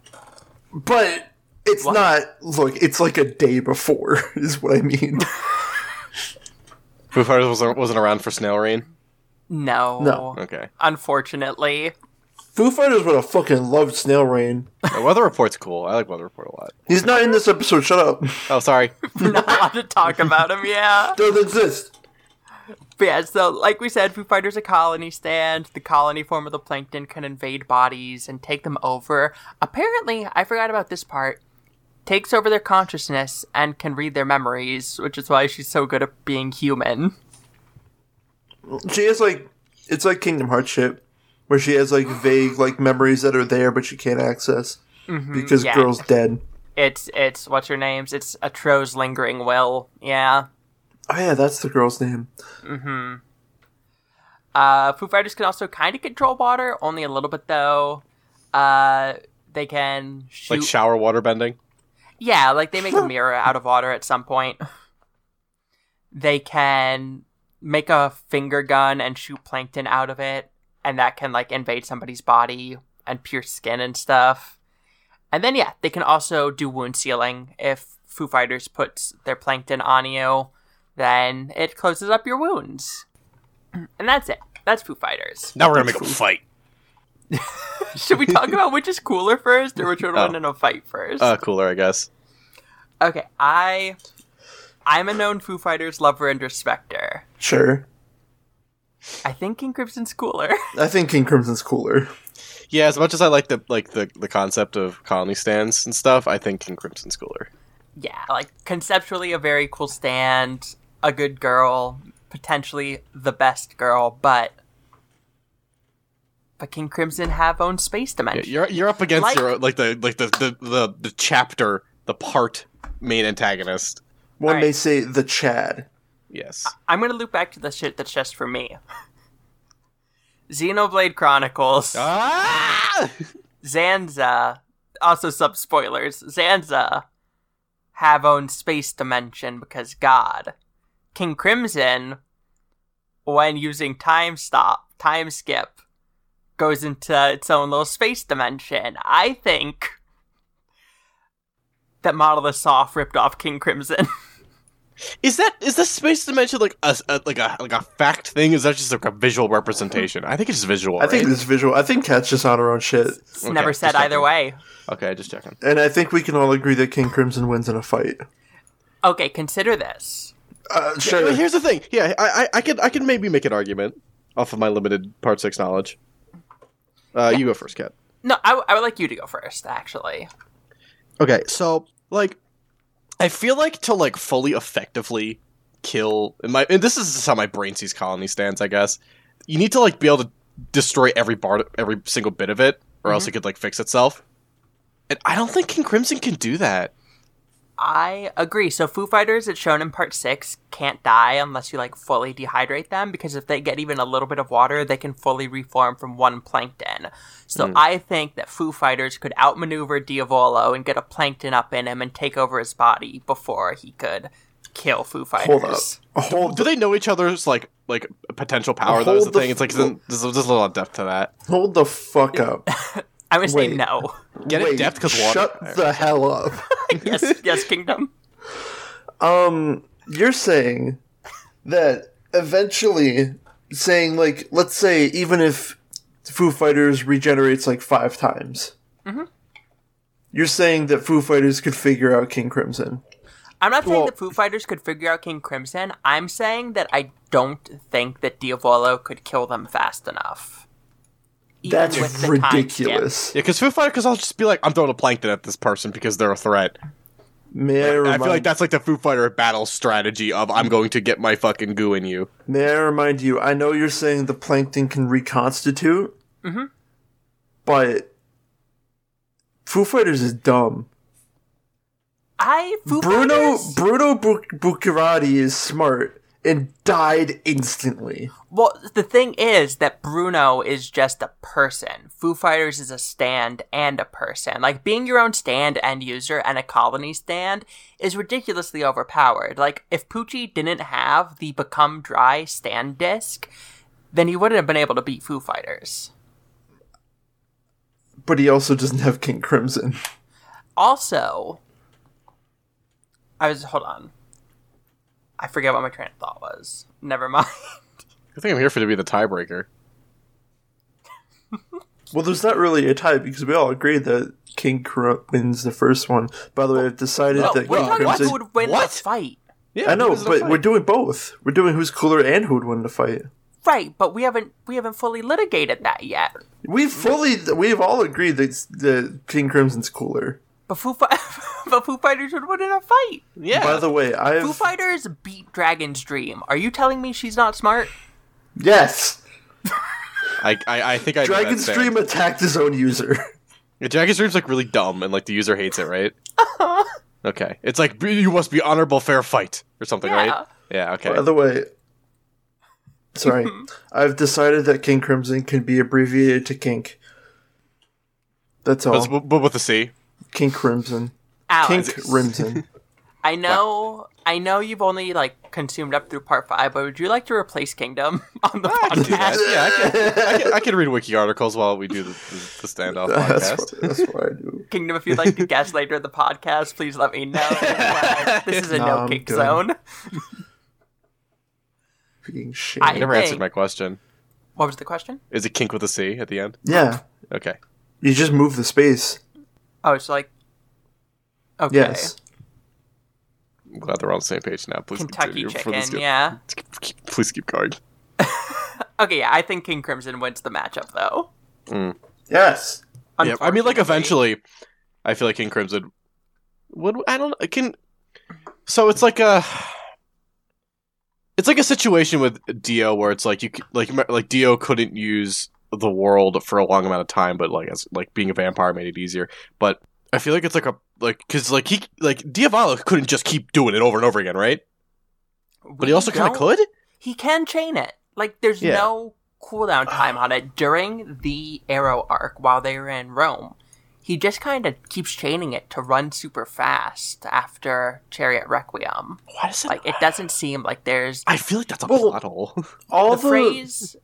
Speaker 2: But it's
Speaker 1: What?
Speaker 2: not. Look, it's like a day before [LAUGHS] is what I mean.
Speaker 3: Foo Fighters wasn't, wasn't around for Snail Rain?
Speaker 1: No.
Speaker 2: No.
Speaker 3: Okay.
Speaker 1: Unfortunately. [LAUGHS]
Speaker 2: Foo Fighters would have fucking loved Snail Rain.
Speaker 3: Uh, Weather Report's cool. I like Weather Report a lot.
Speaker 2: He's not in this episode. Shut up.
Speaker 3: Oh, [LAUGHS] sorry.
Speaker 1: Not allowed to talk about him, yeah.
Speaker 2: Doesn't exist.
Speaker 1: But yeah, so like we said, Foo Fighters a colony stand. The colony form of the plankton can invade bodies and take them over. Apparently, I forgot about this part. Takes over their consciousness and can read their memories, which is why she's so good at being human.
Speaker 2: She has like it's like Kingdom Hearts shit, where she has like vague like memories that are there but she can't access because
Speaker 1: yeah.
Speaker 2: girl's dead.
Speaker 1: It's it's what's her name's? It's a Tro's lingering will. Yeah.
Speaker 2: Oh yeah, that's the girl's name.
Speaker 1: Mm-hmm. Uh, Foo Fighters can also kind of control water, only a little bit though. Uh, they can shoot.
Speaker 3: Like shower water bending.
Speaker 1: yeah, like they make a mirror out of water at some point. They can make a finger gun and shoot plankton out of it, and that can like invade somebody's body and pierce skin and stuff. And then yeah, they can also do wound sealing. If Foo Fighters puts their plankton on you, then it closes up your wounds. And that's it. That's Foo Fighters.
Speaker 3: Now we're gonna make a fight.
Speaker 1: Should we talk about which is cooler first, or which one
Speaker 3: Oh.
Speaker 1: won in a fight first?
Speaker 3: Uh, cooler, I guess.
Speaker 1: Okay, I I'm a known Foo Fighters lover and respecter.
Speaker 2: Sure.
Speaker 1: I think King Crimson's cooler. [LAUGHS]
Speaker 2: I think King Crimson's cooler.
Speaker 3: Yeah, as much as I like the like the, the concept of colony stands and stuff, I think King Crimson's cooler.
Speaker 1: yeah, like conceptually a very cool stand, a good girl, potentially the best girl, but but King Crimson have own space
Speaker 3: Yeah,
Speaker 1: dimension.
Speaker 3: you're you're up against
Speaker 1: Like-
Speaker 3: your like the like the the, the the chapter the part main antagonist.
Speaker 2: One
Speaker 1: Alright.
Speaker 2: may say the Chad.
Speaker 3: Yes,
Speaker 1: I'm gonna loop back to the shit that's just for me. [LAUGHS] Xenoblade Chronicles.
Speaker 3: ah!
Speaker 1: Zanza, also sub spoilers, Zanza have own space dimension because God. King Crimson, when using time stop, time skip, goes into its own little space dimension. I think that Model of Soft ripped off King Crimson. [LAUGHS]
Speaker 3: is that is the space dimension like a, a like a like a fact thing? Is that just like a visual representation? I think it's just visual.
Speaker 2: I think
Speaker 3: right?
Speaker 2: this is visual. I think Cat's just on her own shit.
Speaker 1: It's
Speaker 3: Okay,
Speaker 1: never
Speaker 3: just
Speaker 1: said either
Speaker 3: checking.
Speaker 1: way.
Speaker 3: okay, just checking.
Speaker 2: And I think we can all agree that King Crimson wins in a fight.
Speaker 1: Okay, consider this.
Speaker 2: Uh,
Speaker 3: Yeah,
Speaker 2: sure.
Speaker 3: here's the thing. Yeah, I, I I could I could maybe make an argument off of my limited part six knowledge. Uh, You go first, Kat.
Speaker 1: No, I, w- I would like you to go first, actually.
Speaker 3: Okay, so like, I feel like to like fully effectively kill and my and this is just how my brain sees colony stands. I guess you need to like be able to destroy every part, every single bit of it, or
Speaker 2: Mm-hmm.
Speaker 3: else it could like fix itself. And I don't think King Crimson can do that.
Speaker 1: I agree. So Foo Fighters, it's shown in part six, can't die unless you like fully dehydrate them because if they get even a little bit of water, they can fully reform from one plankton. So
Speaker 2: Hmm.
Speaker 1: I think that Foo Fighters could outmaneuver Diavolo and get a plankton up in him and take over his body before he could kill Foo
Speaker 2: Hold up.
Speaker 1: Fighters.
Speaker 2: Hold
Speaker 3: Do they know each other's like like potential power? That was the
Speaker 2: Hold the
Speaker 3: thing. It's like
Speaker 2: f-
Speaker 3: there's, there's a little depth to that.
Speaker 2: Hold the fuck up.
Speaker 1: I'm gonna say
Speaker 2: Wait. [LAUGHS]
Speaker 1: no.
Speaker 3: [LAUGHS] Get
Speaker 2: Wait,
Speaker 3: in depth because water.
Speaker 2: Shut the hell up. [LAUGHS]
Speaker 1: yes, yes, Kingdom.
Speaker 2: Um, you're saying that eventually, saying like, let's say even if Foo Fighters regenerates like five times,
Speaker 3: Mm-hmm.
Speaker 2: you're saying that Foo Fighters could figure out King Crimson.
Speaker 1: I'm not saying
Speaker 2: Well-
Speaker 1: that Foo Fighters could figure out King Crimson. I'm saying that I don't think that Diavolo could kill them fast enough. Even with
Speaker 2: That's
Speaker 1: the time skip.
Speaker 2: ridiculous.
Speaker 3: Yeah, because Foo Fighters, I'll just be like, I'm throwing a plankton at this person because they're a threat.
Speaker 2: May I
Speaker 3: I
Speaker 2: remind
Speaker 3: feel like that's like the Foo Fighter battle strategy of I'm going to get my fucking goo in you.
Speaker 2: May I remind you? I know you're saying the plankton can reconstitute,
Speaker 1: Mm-hmm.
Speaker 2: but Foo Fighters is dumb.
Speaker 1: I Foo
Speaker 2: Bruno
Speaker 1: Fighters-
Speaker 2: Bruno Bu- Bucciarati is smart and died instantly.
Speaker 1: Well, the thing is that Bruno is just a person. Foo Fighters is a stand and a person. Like being your own stand end user and a colony stand is ridiculously overpowered. Like if Poochie didn't have the Become Dry stand disc, then he wouldn't have been able to beat Foo Fighters.
Speaker 2: but he also doesn't have King Crimson.
Speaker 1: Also, I was hold on. I forget what my train of thought was. Never mind.
Speaker 3: I think I'm here for to be the tiebreaker.
Speaker 2: Well, there's not really a tie because we all agreed that King Crimson wins the first one. By the way, I've decided
Speaker 1: No,
Speaker 2: that
Speaker 1: we're
Speaker 2: King
Speaker 1: talking about
Speaker 2: Crimson.
Speaker 1: who would win
Speaker 3: What?
Speaker 1: the fight.
Speaker 3: Yeah,
Speaker 2: I know,
Speaker 3: who's in a
Speaker 2: but
Speaker 3: fight?
Speaker 2: we're doing both. We're doing who's cooler and who would win the fight.
Speaker 1: Right, but we haven't we haven't fully litigated that yet.
Speaker 2: We've fully, we've all agreed that the King Crimson's cooler.
Speaker 1: But Foo, Fi- [LAUGHS] but Foo Fighters would win in a fight.
Speaker 3: yeah.
Speaker 2: By the way,
Speaker 1: Foo
Speaker 2: I've
Speaker 1: Fighters beat Dragon's Dream. Are you telling me she's not smart?
Speaker 2: yes,
Speaker 3: I, I I think I know that
Speaker 2: Dragon's
Speaker 3: stand.
Speaker 2: Dream attacked his own user. [LAUGHS]
Speaker 3: Yeah, Dragon's Dream's like really dumb and like
Speaker 1: [LAUGHS]
Speaker 3: the
Speaker 1: Uh-huh.
Speaker 3: user hates it, right? okay, it's like "B- you must be honorable, fair fight or something,
Speaker 1: Yeah.
Speaker 3: right? Yeah, okay.
Speaker 2: By the way, sorry, I've decided that King Crimson can be abbreviated to Kink. That's all.
Speaker 3: But, but- but with a C.
Speaker 2: King Crimson.
Speaker 1: Alex,
Speaker 2: Kink Crimson.
Speaker 1: I know, I know you've only like consumed up through part five, but would you like to replace Kingdom [LAUGHS] on the
Speaker 3: I can do that.
Speaker 1: podcast?
Speaker 3: Yeah, I can, I can, I can
Speaker 2: [LAUGHS]
Speaker 3: read wiki articles while we do the, the, the standoff
Speaker 2: that's,
Speaker 3: podcast.
Speaker 2: what, that's what I do.
Speaker 1: Kingdom, if you'd like
Speaker 2: [LAUGHS]
Speaker 1: to guest later in the podcast, please let me know. this is a
Speaker 2: [LAUGHS] No,
Speaker 1: no
Speaker 2: I'm
Speaker 1: kink
Speaker 2: good.
Speaker 1: zone.
Speaker 2: Being shit.
Speaker 3: I
Speaker 1: I-
Speaker 3: never
Speaker 1: Hey.
Speaker 3: answered my question.
Speaker 1: What was the question?
Speaker 3: Is it kink with a C at the end?
Speaker 2: yeah,
Speaker 3: Okay.
Speaker 2: you just move the space.
Speaker 1: Oh, it's like okay,
Speaker 2: Yes.
Speaker 3: I'm glad they're on the same page now. Please
Speaker 1: Kentucky
Speaker 3: continue before
Speaker 1: Chicken.
Speaker 3: this get-
Speaker 1: Yeah.
Speaker 3: Please keep going.
Speaker 1: Okay. Yeah, I think King Crimson wins the matchup though.
Speaker 2: Yes.
Speaker 3: Yeah, I mean, like
Speaker 1: Unfortunately.
Speaker 3: eventually, I feel like King Crimson. Would I don't can. So it's like a. It's like a situation with Dio where it's like you c- like remember- like Dio couldn't use the world for a long amount of time, but like as like being a vampire made it easier. But I feel like it's like a like because like he like Diavolo couldn't just keep doing it over and over again, right? But
Speaker 1: We
Speaker 3: he also kind
Speaker 1: don't-
Speaker 3: of could.
Speaker 1: He can chain it. Like there's
Speaker 3: Yeah.
Speaker 1: no cooldown time on it during the Arrow arc while they were in Rome. He just kind of keeps chaining it to run super fast after Chariot Requiem.
Speaker 3: Why does it?
Speaker 1: Like it doesn't seem like there's
Speaker 3: I feel like that's a
Speaker 2: Well-
Speaker 3: plot hole. [LAUGHS]
Speaker 2: All
Speaker 1: the
Speaker 2: the,
Speaker 1: phrase.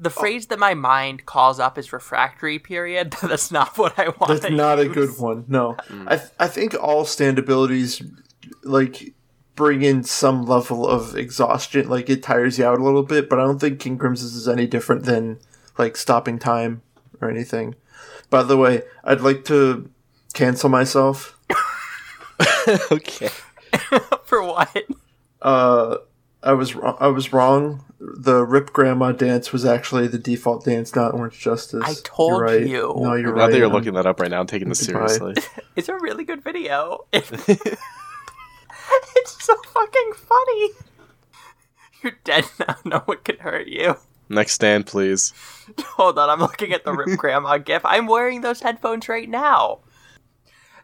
Speaker 1: The
Speaker 2: Oh.
Speaker 1: phrase that my mind calls up is refractory period. [LAUGHS] That's not what I want.
Speaker 2: That's not a good one. No,
Speaker 3: Hmm.
Speaker 2: I th- I think all stand abilities like bring in some level of exhaustion. Like it tires you out a little bit, but I don't think King Crimson's is any different than like stopping time or anything. By the way, I'd like to cancel myself.
Speaker 3: okay.
Speaker 1: [LAUGHS] for what.
Speaker 2: Uh, I was wrong. I was wrong. The Rip Grandma dance was actually the default dance, not Orange Justice.
Speaker 1: I told
Speaker 2: You're right.
Speaker 1: you.
Speaker 2: No, you're
Speaker 3: I'm glad
Speaker 2: right.
Speaker 3: that you're
Speaker 2: I'm-
Speaker 3: looking that up right now and taking this
Speaker 2: Goodbye.
Speaker 3: seriously.
Speaker 1: It's a really good video.
Speaker 2: [LAUGHS]
Speaker 1: [LAUGHS] it's so fucking funny. You're dead now. [LAUGHS] No one can hurt you. [LAUGHS]
Speaker 3: Next stand, please.
Speaker 1: Hold on, I'm looking at the
Speaker 2: [LAUGHS]
Speaker 1: Rip Grandma gif. I'm wearing those headphones right now.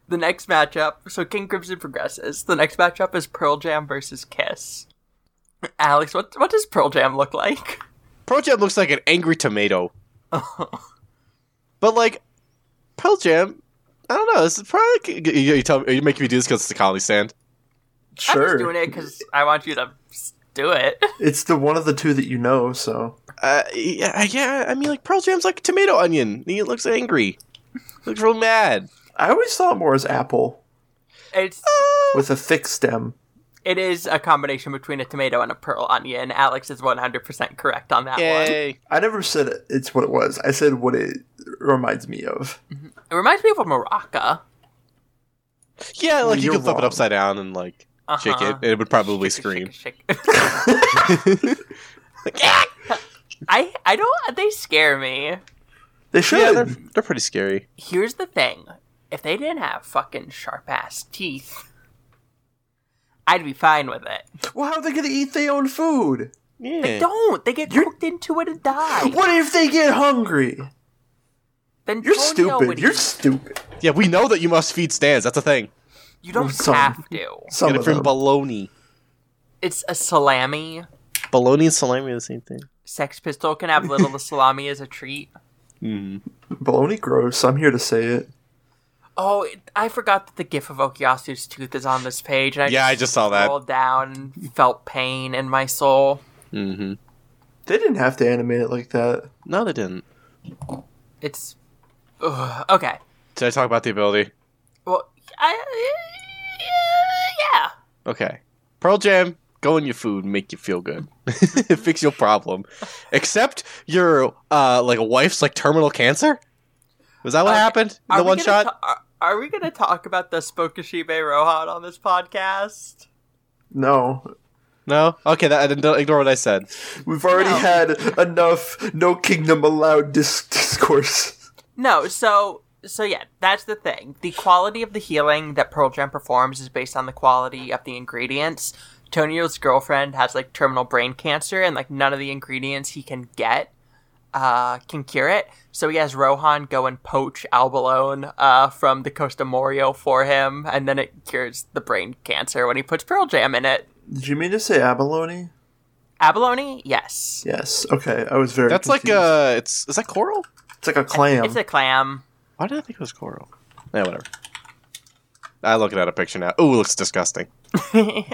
Speaker 1: The next matchup, so King Crimson progresses. The next matchup is Pearl Jam versus Kiss. Alex, what what does Pearl Jam look like? [LAUGHS]
Speaker 3: Pearl Jam looks like an angry tomato. but like Pearl Jam, I don't know. This is probably you, you tell me, are you making me do this because it's a comedy stand?
Speaker 1: I'm just
Speaker 2: Sure,
Speaker 1: doing it because I want you to s- do it. [LAUGHS]
Speaker 2: it's the one of the two that you know. So
Speaker 3: Uh, yeah, yeah. I mean, like Pearl Jam's like a tomato onion. He looks angry. looks real mad.
Speaker 2: I always saw it more as apple
Speaker 1: It's
Speaker 2: with a thick stem.
Speaker 1: It is a combination between a tomato and a pearl onion. Alex is 100% correct on that one.
Speaker 3: Yay!
Speaker 2: I never said it- it's what it was. I said what it reminds me of.
Speaker 1: It reminds me of a maraca.
Speaker 3: Yeah, like you
Speaker 2: You're
Speaker 3: could flip it
Speaker 2: wrong.
Speaker 3: upside down and like shake it.
Speaker 1: Uh-huh.
Speaker 3: and It would probably
Speaker 1: Shake,
Speaker 3: scream.
Speaker 1: shake, shake.
Speaker 3: [LAUGHS]
Speaker 1: [LAUGHS] I I don't they scare me.
Speaker 2: They should.
Speaker 3: Yeah, they're, they're pretty scary.
Speaker 1: Here's the thing. If they didn't have fucking sharp ass teeth, I'd be fine with it.
Speaker 2: well, how are they going to eat their own food?
Speaker 3: Yeah.
Speaker 1: They don't. They get cooked into it and
Speaker 3: [LAUGHS]
Speaker 1: die.
Speaker 2: What if they get hungry?
Speaker 1: Then
Speaker 2: You're
Speaker 1: Tonio would
Speaker 2: stupid. You're
Speaker 1: eat-
Speaker 2: stupid.
Speaker 3: Yeah, we know that you must feed stands. That's a thing.
Speaker 1: you
Speaker 3: [LAUGHS]
Speaker 1: don't
Speaker 2: Some-
Speaker 1: have to.
Speaker 2: Some
Speaker 3: Get it
Speaker 2: of
Speaker 3: from
Speaker 2: them.
Speaker 3: baloney.
Speaker 1: It's a salami.
Speaker 3: Bologna and salami are the same thing.
Speaker 1: Sex Pistol can have little
Speaker 3: [LAUGHS]
Speaker 1: salami as a treat.
Speaker 3: Mm-hmm.
Speaker 2: Baloney gross. I'm here to say it.
Speaker 1: Oh, it- I forgot that the gif of Okuyasu's tooth is on this page. And I
Speaker 3: Yeah, I just saw that.
Speaker 1: Scrolled down, and felt pain in my soul.
Speaker 3: Mm-hmm.
Speaker 2: They didn't have to animate it like that.
Speaker 3: No, they didn't.
Speaker 1: It's Ugh, okay.
Speaker 3: Did I talk about the ability?
Speaker 1: Well, I yeah.
Speaker 3: Okay. Pearl Jam, go in your food, make you feel good. [LAUGHS] Fix your problem. Except your uh like wife's like terminal cancer? Was that what
Speaker 1: Okay.
Speaker 3: happened? In
Speaker 1: Are
Speaker 3: the
Speaker 1: we
Speaker 3: one
Speaker 1: gonna
Speaker 3: shot?
Speaker 1: ta- are, are we going to talk about the Spokashibe Rohan on this podcast?
Speaker 2: No.
Speaker 3: no? Okay, that I didn't ignore what I said.
Speaker 2: We've already
Speaker 1: No.
Speaker 2: had enough no kingdom allowed dis- discourse.
Speaker 1: No, so so yeah, that's the thing. The quality of the healing that Pearl Jam performs is based on the quality of the ingredients. Tonio's girlfriend has like terminal brain cancer, and like none of the ingredients he can get uh, can cure it. So he has Rohan go and poach Albalone uh, from the Costa Morio for him, and then it cures the brain cancer when he puts Pearl Jam in it.
Speaker 2: Did you mean to say abalone?
Speaker 1: Abalone? Yes.
Speaker 2: Yes. Okay, I was very.
Speaker 3: That's like
Speaker 2: confused.
Speaker 3: uh, it's is that coral?
Speaker 2: It's like a clam.
Speaker 1: It's a clam. [LAUGHS]
Speaker 3: Why did I think it was coral? Yeah, whatever. I'm looking at a picture now. Ooh, it looks disgusting.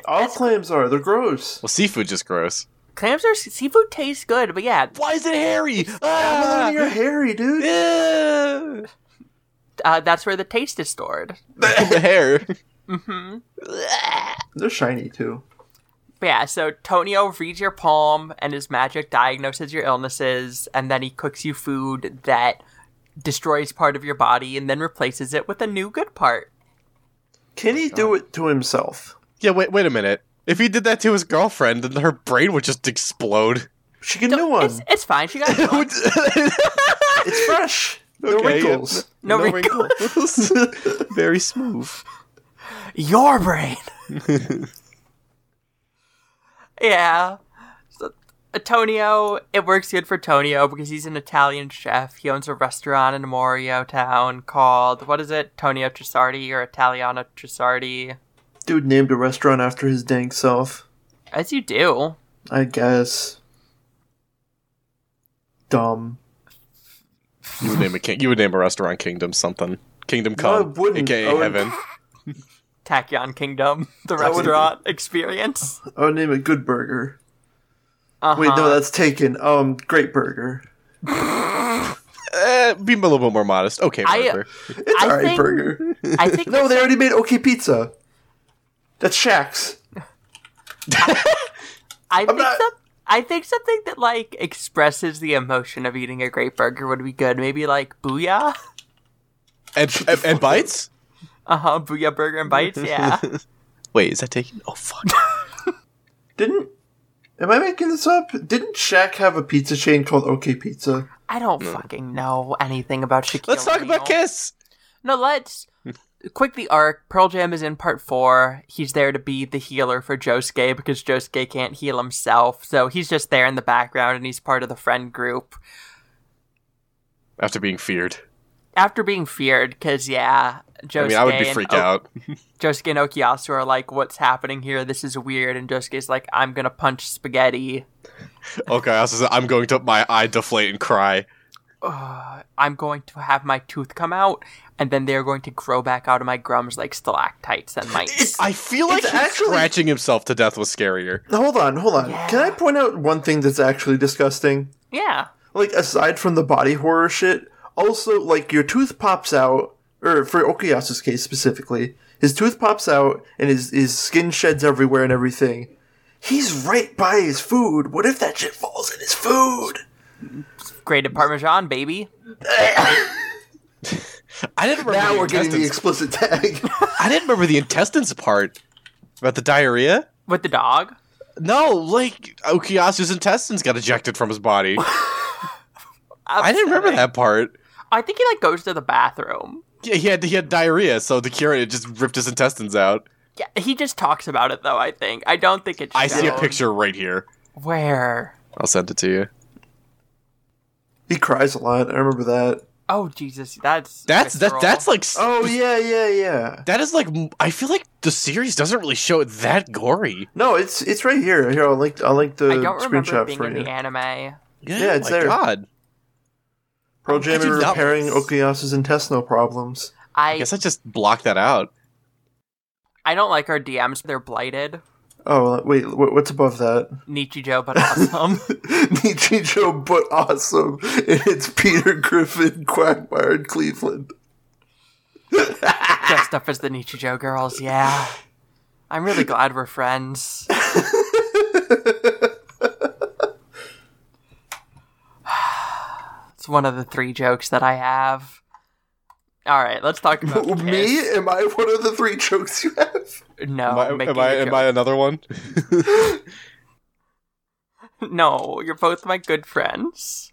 Speaker 2: All clams are. They're gross.
Speaker 3: Well, seafood just gross.
Speaker 1: Clams are seafood tastes good, but yeah,
Speaker 3: Why is it [LAUGHS] hairy?
Speaker 2: Abalone,
Speaker 3: Ah!
Speaker 2: you're hairy, dude.
Speaker 3: Yeah.
Speaker 1: uh, that's where the taste is stored.
Speaker 3: the hair.
Speaker 1: hmm
Speaker 2: They're shiny too.
Speaker 1: But yeah, so Tonio reads your palm and his magic diagnoses your illnesses, and then he cooks you food that destroys part of your body and then replaces it with a new good part.
Speaker 2: Can he do it to himself?
Speaker 3: Yeah, wait, wait a minute. If he did that to his girlfriend, then her brain would just [LAUGHS] explode.
Speaker 2: She can do one.
Speaker 1: It's, it's fine. She got
Speaker 3: no
Speaker 1: drunk.
Speaker 2: [LAUGHS] It's fresh. No
Speaker 3: Okay, yeah.
Speaker 2: wrinkles.
Speaker 1: no, wrinkles.
Speaker 3: wrinkles. [LAUGHS] Very smooth.
Speaker 1: your brain. yeah. So, Tonio, it works good for Tonio because he's an Italian chef. He owns a restaurant in Morio Town called, what is it? Tonio Trisardi or Italiano Trisardi?
Speaker 2: Dude named a restaurant after his dank self.
Speaker 1: As you do.
Speaker 2: I guess. Dumb.
Speaker 3: You would name a king. You would name a restaurant Kingdom something. Kingdom
Speaker 2: No, I
Speaker 3: Come,
Speaker 2: wouldn't.
Speaker 3: aka
Speaker 2: I would-
Speaker 3: Heaven.
Speaker 1: Tachyon Kingdom, [LAUGHS] the
Speaker 2: That would-
Speaker 1: restaurant experience.
Speaker 2: I would name it Good Burger.
Speaker 1: Uh-huh.
Speaker 2: Wait, no, that's taken. Um, Great Burger.
Speaker 3: Eh, be a little bit more modest. Okay,
Speaker 1: I-
Speaker 3: Burger.
Speaker 2: It's
Speaker 1: I
Speaker 2: alright,
Speaker 1: think-
Speaker 2: Burger.
Speaker 1: I think
Speaker 2: No, they already made OK Pizza. That's Shaq's.
Speaker 1: I think
Speaker 2: not-
Speaker 1: some, I think something that like expresses the emotion of eating a great burger would be good. Maybe like booyah, [LAUGHS]
Speaker 3: And, and [LAUGHS] and bites.
Speaker 1: uh huh, booyah burger and bites. Yeah,
Speaker 3: Wait, is that taken? Oh fuck.
Speaker 2: Didn't. Am I making this up? Didn't Shaq have a pizza chain called OK Pizza?
Speaker 1: I don't fucking know anything about Shaquille.
Speaker 3: [LAUGHS] Let's talk about
Speaker 1: O'Neal.
Speaker 3: Kiss.
Speaker 1: No, let's quick the arc. Pearl Jam is in part four. He's there to be the healer for Josuke because Josuke can't heal himself, so he's just there in the background and he's part of the friend group.
Speaker 3: After being feared,
Speaker 1: After being feared, because yeah, Josuke
Speaker 3: I mean, I would be
Speaker 1: and
Speaker 3: freaked
Speaker 1: O-
Speaker 3: out.
Speaker 1: Josuke and Okuyasu are like, "What's happening here? This is weird." And Josuke's like, "I'm gonna punch spaghetti.
Speaker 3: Okay, I also said I'm going to my eye deflate and cry.
Speaker 1: Ugh, I'm going to have my tooth come out, and then they're going to grow back out of my grums like stalactites and
Speaker 3: [LAUGHS]
Speaker 1: mites."
Speaker 3: I feel like
Speaker 2: It's
Speaker 3: him
Speaker 2: actually-
Speaker 3: scratching himself to death was scarier.
Speaker 2: Hold on, hold on.
Speaker 1: Yeah.
Speaker 2: Can I point out one thing that's actually disgusting?
Speaker 1: yeah,
Speaker 2: like aside from the body horror shit, also like your tooth pops out, or for Okuyasu's case specifically, his tooth pops out and his his skin sheds everywhere and everything. He's right by his food. What if that shit falls in his food?
Speaker 1: grated parmesan, baby.
Speaker 3: I didn't remember.
Speaker 2: Now
Speaker 3: the
Speaker 2: we're getting the
Speaker 3: intestines-
Speaker 2: explicit tag. [LAUGHS]
Speaker 3: I didn't remember the intestines part about the diarrhea.
Speaker 1: With the dog,
Speaker 3: No, like Okuyasu's intestines got ejected from his body. [LAUGHS] I didn't remember
Speaker 1: Upsetting.
Speaker 3: that part.
Speaker 1: I think he like goes to the bathroom.
Speaker 3: Yeah, he had he had diarrhea, so the curator just ripped his intestines out.
Speaker 1: Yeah, he just talks about it though. I think I don't think it's.
Speaker 3: I see a
Speaker 1: shown.
Speaker 3: picture right here.
Speaker 1: Where?
Speaker 3: I'll send it to you.
Speaker 2: he cries a lot. I remember that.
Speaker 1: Oh Jesus, that's
Speaker 3: That's that
Speaker 1: visceral.
Speaker 3: that's like s-
Speaker 2: Oh yeah, yeah, yeah.
Speaker 3: that is like m- I feel like the series doesn't really show it that gory.
Speaker 2: No, it's it's right here. Here, I'll link I'll link the
Speaker 1: I don't remember it
Speaker 2: screenshot
Speaker 1: being
Speaker 2: for
Speaker 1: in
Speaker 2: you.
Speaker 1: the anime.
Speaker 2: Yeah, it's
Speaker 3: my
Speaker 2: there.
Speaker 3: God,
Speaker 2: Pearl
Speaker 3: I
Speaker 2: Jam
Speaker 3: did
Speaker 2: and
Speaker 3: not-
Speaker 2: repairing Okuyasu's intestinal problems.
Speaker 3: I
Speaker 1: I
Speaker 3: guess I just blocked that out.
Speaker 1: I don't like our DMs. They're blighted.
Speaker 2: Oh wait, wh- what's above that? [LAUGHS]
Speaker 1: Nichijou, but
Speaker 3: [LAUGHS]
Speaker 1: awesome.
Speaker 2: Nichijou, but awesome. And it's Peter Griffin, Quagmire, and Cleveland.
Speaker 1: Dressed up as the Nichijou girls, yeah. I'm really glad we're friends. it's one of the three jokes that I have. All right, let's talk
Speaker 3: [LAUGHS]
Speaker 1: about
Speaker 2: [LAUGHS] Me? Am I one of the three jokes you have?
Speaker 1: Kiss. No,
Speaker 3: Am I,
Speaker 1: Oh, I'm making
Speaker 3: am, I,
Speaker 1: a
Speaker 3: am I
Speaker 1: joke.
Speaker 3: another one?
Speaker 1: No, you're both my good friends.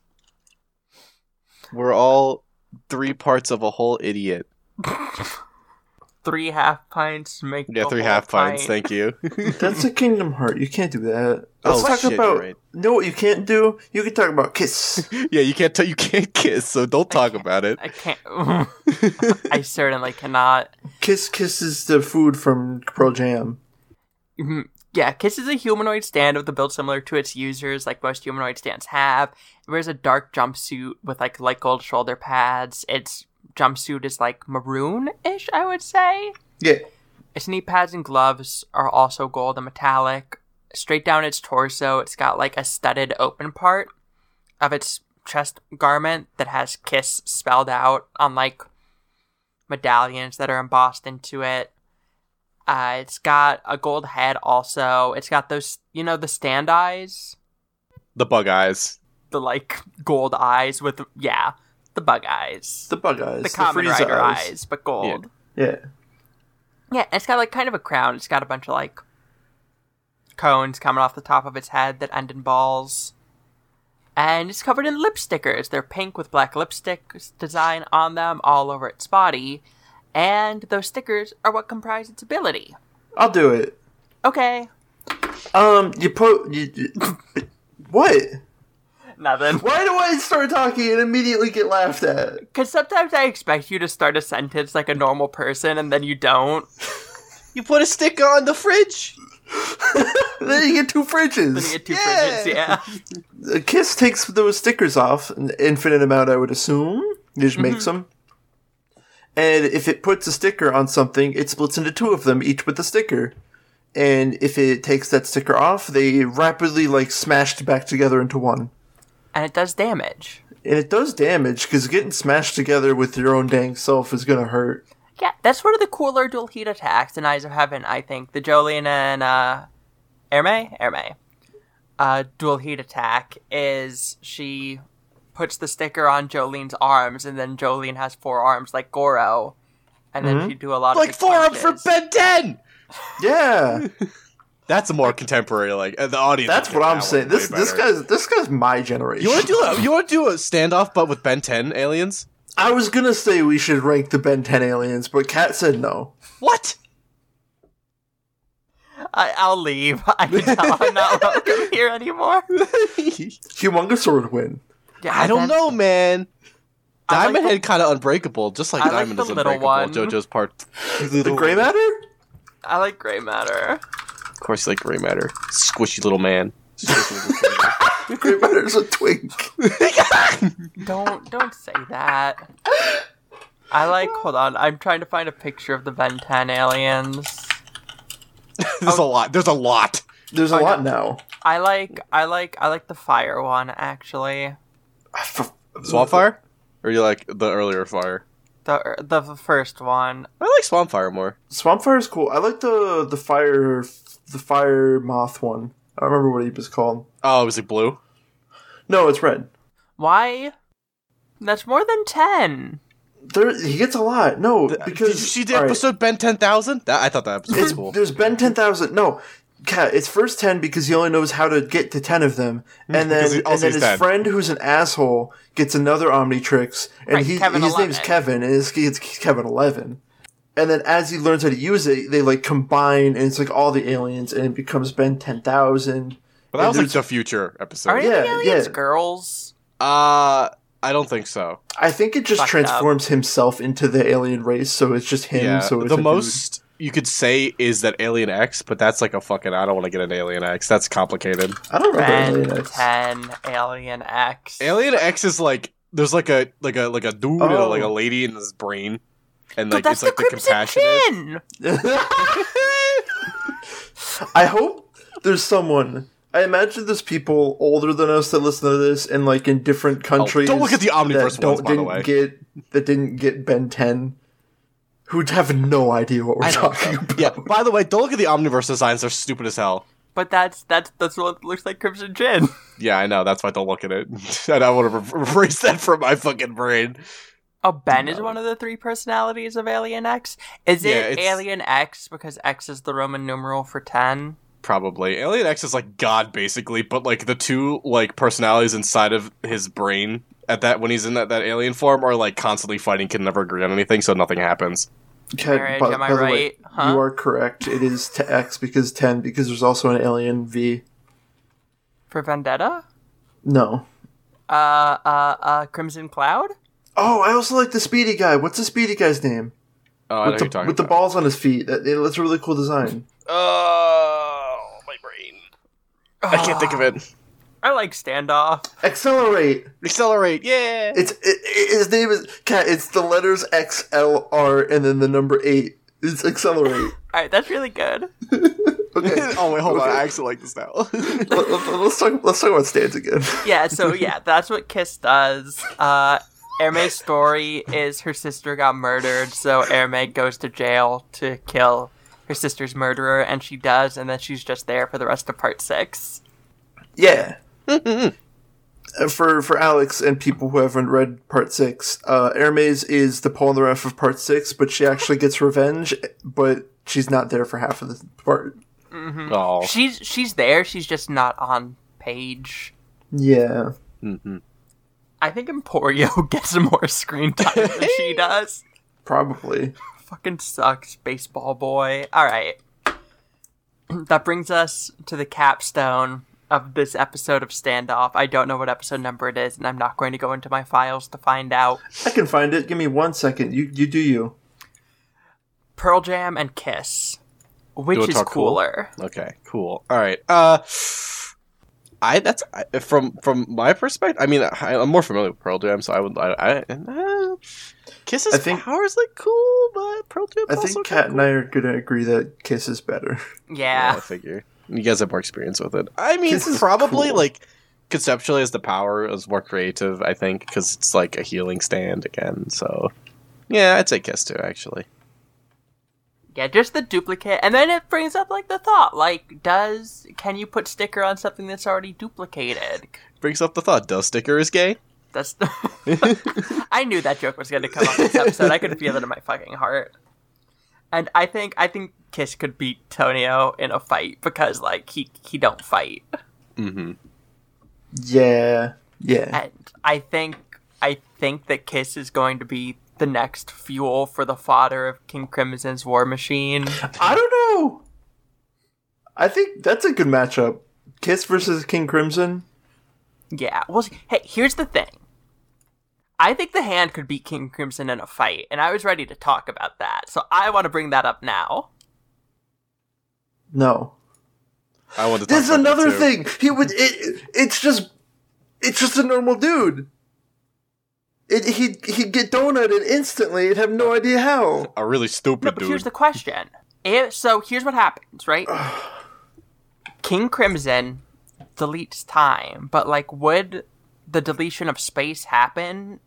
Speaker 3: [LAUGHS] We're all three parts of a whole idiot.
Speaker 1: Three half pints make
Speaker 3: Yeah,
Speaker 1: a
Speaker 3: three
Speaker 1: whole
Speaker 3: half pints.
Speaker 1: pint.
Speaker 3: Thank you.
Speaker 2: That's a Kingdom Heart. You can't do that. Let's
Speaker 3: [LAUGHS] Oh,
Speaker 2: talk
Speaker 3: shit,
Speaker 2: about.
Speaker 3: you're right.
Speaker 2: You know what you can't do? You can talk about [LAUGHS] Kiss.
Speaker 3: [LAUGHS] yeah, you can't tell. You can't [LAUGHS] kiss, so don't talk about it.
Speaker 1: I can't. [LAUGHS] I certainly cannot.
Speaker 2: Kiss Kiss is the food from Pearl Jam.
Speaker 1: Mhm. Yeah, Kiss is a humanoid stand with a build similar to its users, like most humanoid stands have. It wears a dark jumpsuit with like light gold shoulder pads. Its jumpsuit is like maroon ish, I would say.
Speaker 2: Yeah.
Speaker 1: Its knee pads and gloves are also gold and metallic. Straight down its torso, it's got like a studded open part of its chest garment that has Kiss spelled out on like medallions that are embossed into it. Uh, it's got a gold head also. It's got those, you know, the stand eyes,
Speaker 3: The bug eyes.
Speaker 1: the like gold eyes with, yeah, the bug eyes,
Speaker 2: The bug eyes.
Speaker 1: the, common
Speaker 2: Frieza
Speaker 1: rider eyes. but gold.
Speaker 2: Yeah.
Speaker 1: Yeah, and it's got like kind of a crown. It's got a bunch of like cones coming off the top of its head that end in balls. And it's covered in lip stickers. They're pink with black lipstick design on them all over its body. And those stickers are what comprise its ability.
Speaker 2: I'll do it.
Speaker 1: Okay.
Speaker 2: Um, you put. You, [LAUGHS] you- what?
Speaker 1: Nothing.
Speaker 2: Why do I start talking and immediately get laughed at?
Speaker 1: Because sometimes I expect you to start a sentence like a normal person and then you don't.
Speaker 3: You put a sticker on the fridge.
Speaker 2: [LAUGHS] Then you get two fridges.
Speaker 1: Then you get two
Speaker 3: [LAUGHS] Yeah.
Speaker 1: fridges, yeah.
Speaker 2: A kiss takes those stickers off, an infinite amount, I would assume. You just
Speaker 3: Mm-hmm.
Speaker 2: makes them. And if it puts a sticker on something, it splits into two of them, each with a sticker. And if it takes that sticker off, they rapidly like smashed back together into one.
Speaker 1: And it does damage.
Speaker 2: And it does damage because getting smashed together with your own dang self is gonna hurt.
Speaker 1: Yeah, that's one of the cooler dual heat attacks in Eyes of Heaven, I think. The Jolene and uh Erme? Erme. Uh dual heat attack is she puts the sticker on Jolene's arms and then Jolene has four arms like Goro. And then she do a lot
Speaker 3: Mm-hmm. Like
Speaker 1: of big
Speaker 3: four up for
Speaker 1: punches.
Speaker 3: Ben Ten.
Speaker 2: Yeah,
Speaker 3: That's a more contemporary. Like uh, the audience.
Speaker 2: that's
Speaker 3: will
Speaker 2: what
Speaker 3: get
Speaker 2: I'm
Speaker 3: that
Speaker 2: saying.
Speaker 3: one way
Speaker 2: This this
Speaker 3: better.
Speaker 2: guy's this guy's my generation.
Speaker 3: You want to do a you want to do a standoff, but with Ben Ten aliens?
Speaker 2: I was gonna say we should rank the Ben 10 aliens, but Kat said no.
Speaker 3: What?
Speaker 1: I, I'll leave. [LAUGHS] I can tell I'm not welcome here
Speaker 3: [LAUGHS]
Speaker 1: anymore.
Speaker 2: Humongousaur would win.
Speaker 1: Yeah,
Speaker 3: [LAUGHS] I don't
Speaker 1: that's-
Speaker 3: know, man.
Speaker 1: I like
Speaker 3: Diamond
Speaker 1: the-
Speaker 3: Head kind of unbreakable, just like
Speaker 1: I like
Speaker 3: Diamond
Speaker 1: the
Speaker 3: is
Speaker 1: little
Speaker 3: unbreakable.
Speaker 1: one.
Speaker 3: JoJo's part.
Speaker 2: The Grey Matter?
Speaker 1: I like gray matter.
Speaker 3: Of course, you like gray matter. Squishy little man. Squishy little man. [LAUGHS]
Speaker 2: Grey Matter's a twink.
Speaker 1: [LAUGHS] Don't don't say that. I like. Hold on, I'm trying to find a picture of the Ben 10 aliens.
Speaker 3: There's a lot. There's a lot.
Speaker 2: There's a lot now.
Speaker 1: I like. I like. I like the fire one actually.
Speaker 3: Swampfire, or you like the earlier fire?
Speaker 1: The the first one.
Speaker 3: I like Swampfire more.
Speaker 2: Swampfire is cool. I like the the fire the fire moth one. I don't remember what he was called.
Speaker 3: Oh, was it blue?
Speaker 2: No, it's red.
Speaker 1: Why? That's more than ten.
Speaker 2: There, he gets a lot. No, because
Speaker 3: Did you see the
Speaker 2: all right.
Speaker 3: episode Ben Ten Thousand? That I thought that episode was
Speaker 2: It's,
Speaker 3: cool.
Speaker 2: There's Ben ten thousand. No, cat. It's first ten because he only knows how to get to ten of them, and then
Speaker 3: Mm, Because he- also
Speaker 2: and then
Speaker 3: he's
Speaker 2: his
Speaker 3: 10.
Speaker 2: friend who's an asshole gets another Omnitrix, and
Speaker 1: Right,
Speaker 2: he,
Speaker 1: Kevin
Speaker 2: his name's
Speaker 1: 11.
Speaker 2: Kevin, and it's, it's Kevin eleven. And then as he learns how to use it, they like combine, and it's like all the aliens, and it becomes Ben ten thousand.
Speaker 3: But that was like
Speaker 2: there's-
Speaker 3: the future episode.
Speaker 1: Are any of the
Speaker 2: Yeah,
Speaker 1: aliens
Speaker 2: yeah.
Speaker 1: girls?
Speaker 3: Uh, I don't think so.
Speaker 2: I think it just
Speaker 1: Fucked up.
Speaker 2: transforms himself into the alien race, so it's just him.
Speaker 3: Yeah,
Speaker 2: so it's
Speaker 3: the
Speaker 2: a dude.
Speaker 3: most you could say is that Alien X, but that's like a fucking. I don't want to get an Alien X. That's complicated.
Speaker 2: I don't remember
Speaker 1: Ben
Speaker 2: Alien X.
Speaker 1: 10 Alien X.
Speaker 3: Alien X is like there's like a like a like a dude and a,
Speaker 2: Oh.
Speaker 3: like a lady in his brain, and
Speaker 1: Dude,
Speaker 3: like
Speaker 1: that's
Speaker 3: it's like
Speaker 1: the,
Speaker 3: the,
Speaker 1: Crimson
Speaker 3: compassionate.
Speaker 1: Chin.
Speaker 2: I hope there's someone. I imagine there's people older than us that listen to this and like in different countries.
Speaker 3: Oh, don't look at the Omniverse
Speaker 2: that
Speaker 3: ones, by the
Speaker 2: didn't
Speaker 3: way.
Speaker 2: Get, that didn't get Ben 10, who'd have no idea what we're talking about.
Speaker 3: Yeah. By the way, don't look at the Omniverse designs; they're stupid as hell.
Speaker 1: But that's that's that's what looks like Crimson Chin.
Speaker 3: Yeah, I know. That's why don't look at it. [LAUGHS] and I want to re- erase that from my fucking brain.
Speaker 1: Oh, Ben is one of the three personalities of Alien X. Is
Speaker 3: Yeah,
Speaker 1: it
Speaker 3: it's-
Speaker 1: Alien X because X is the Roman numeral for ten?
Speaker 3: Probably Alien X is like God, basically, but like the two like personalities inside of his brain at that when he's in that, that alien form are like constantly fighting, can never agree on anything, so nothing happens.
Speaker 2: Ken,
Speaker 1: marriage,
Speaker 2: by-
Speaker 1: am I
Speaker 2: by the way,
Speaker 1: right? Huh?
Speaker 2: You are correct. It is to X because 10 because there's also an alien V.
Speaker 1: For Vendetta?
Speaker 2: No.
Speaker 1: Uh, uh, uh, Crimson Cloud?
Speaker 2: Oh, I also like the speedy guy. What's the speedy guy's name?
Speaker 3: Oh, I know
Speaker 2: with
Speaker 3: who
Speaker 2: the,
Speaker 3: you're talking
Speaker 2: with the
Speaker 3: about.
Speaker 2: balls on his feet. That, that's a really cool design.
Speaker 3: Oh I can't think of it.
Speaker 1: I like standoff.
Speaker 2: Accelerate.
Speaker 3: [LAUGHS]
Speaker 2: [LAUGHS]
Speaker 3: Accelerate, yeah.
Speaker 2: It's it, it- his name is cat. It's the letters X L R and then the number eight. It's accelerate.
Speaker 1: All right, that's really good.
Speaker 2: Okay.
Speaker 3: [LAUGHS] [LAUGHS] oh wait, hold on.
Speaker 2: Okay.
Speaker 3: I actually like this now. Mm-hmm.
Speaker 2: Let, us talk. Let's talk about stands again.
Speaker 1: Yeah, so yeah, that's what Kiss does. Uh Erme's story is her sister got murdered, so Erme goes to jail to kill her sister's murderer, and she does, and then she's just there for the rest of part six.
Speaker 2: Yeah. Uh, for for Alex and people who haven't read part six, uh, Hermes is the Paul in the Ref of part six, but she actually gets revenge, but she's not there for half of the part.
Speaker 3: [LAUGHS] oh.
Speaker 1: She's she's there, she's just not on page.
Speaker 2: Yeah.
Speaker 1: I think Emporio [LAUGHS] gets more screen time than
Speaker 3: [LAUGHS]
Speaker 1: she does.
Speaker 2: Probably.
Speaker 1: Fucking sucks, baseball boy. All right. [CLEARS THROAT] That brings us to the capstone of this episode of Standoff. I don't know what episode number it is, and I'm not going to go into my files to find out.
Speaker 2: I can find it. Give me one second. You you do you.
Speaker 1: Pearl Jam and Kiss. Which
Speaker 3: wanna
Speaker 1: is
Speaker 3: talk cool?
Speaker 1: cooler?
Speaker 3: Okay, cool. All right. Uh, I that's I, from from my perspective. I mean, I, I'm more familiar with Pearl Jam, so I would. I, I and, uh, Kisses
Speaker 2: I think-
Speaker 3: powers like cool, but Pearl Jam.
Speaker 2: I
Speaker 3: also
Speaker 2: think
Speaker 3: kinda
Speaker 2: Kat and I are gonna agree that Kiss is better.
Speaker 1: Yeah.
Speaker 3: I figure you guys have more experience with it. I
Speaker 2: [LAUGHS]
Speaker 3: mean,
Speaker 2: Kiss is
Speaker 3: probably
Speaker 2: cool.
Speaker 3: like conceptually, as the power is more creative. I think because it's like a healing stand again. So yeah, I'd say Kiss too. Actually,
Speaker 1: Yeah, just the duplicate. And then it brings up like the thought, like, does can you put sticker on something that's already duplicated?
Speaker 3: brings up the thought: Does sticker is gay?
Speaker 1: That's [LAUGHS] I knew that joke was going to come up this episode. I could feel it in my fucking heart. And I think I think Kiss could beat Tonio in a fight because like he he don't fight.
Speaker 3: Mm-hmm.
Speaker 2: Yeah. Yeah.
Speaker 1: And I think I think that Kiss is going to be the next fuel for the fodder of King Crimson's War Machine.
Speaker 2: I don't know. I think that's a good matchup. Kiss versus King Crimson.
Speaker 1: Yeah. Well, see- hey, here's the thing. I think the hand could beat King Crimson in a fight, and I was ready to talk about that. So I want to bring that up now.
Speaker 2: No.
Speaker 3: I want to. talk
Speaker 2: There's
Speaker 3: about that,
Speaker 2: another
Speaker 3: too.
Speaker 2: thing. He would. It, it's just. It's just a normal dude. It, he'd he'd get donuted instantly and have no idea how.
Speaker 3: A really stupid
Speaker 1: No, but
Speaker 3: dude.
Speaker 1: here's the question. If, so here's what happens,
Speaker 3: [SIGHS]
Speaker 1: right? King Crimson deletes time, but like, would the deletion of space happen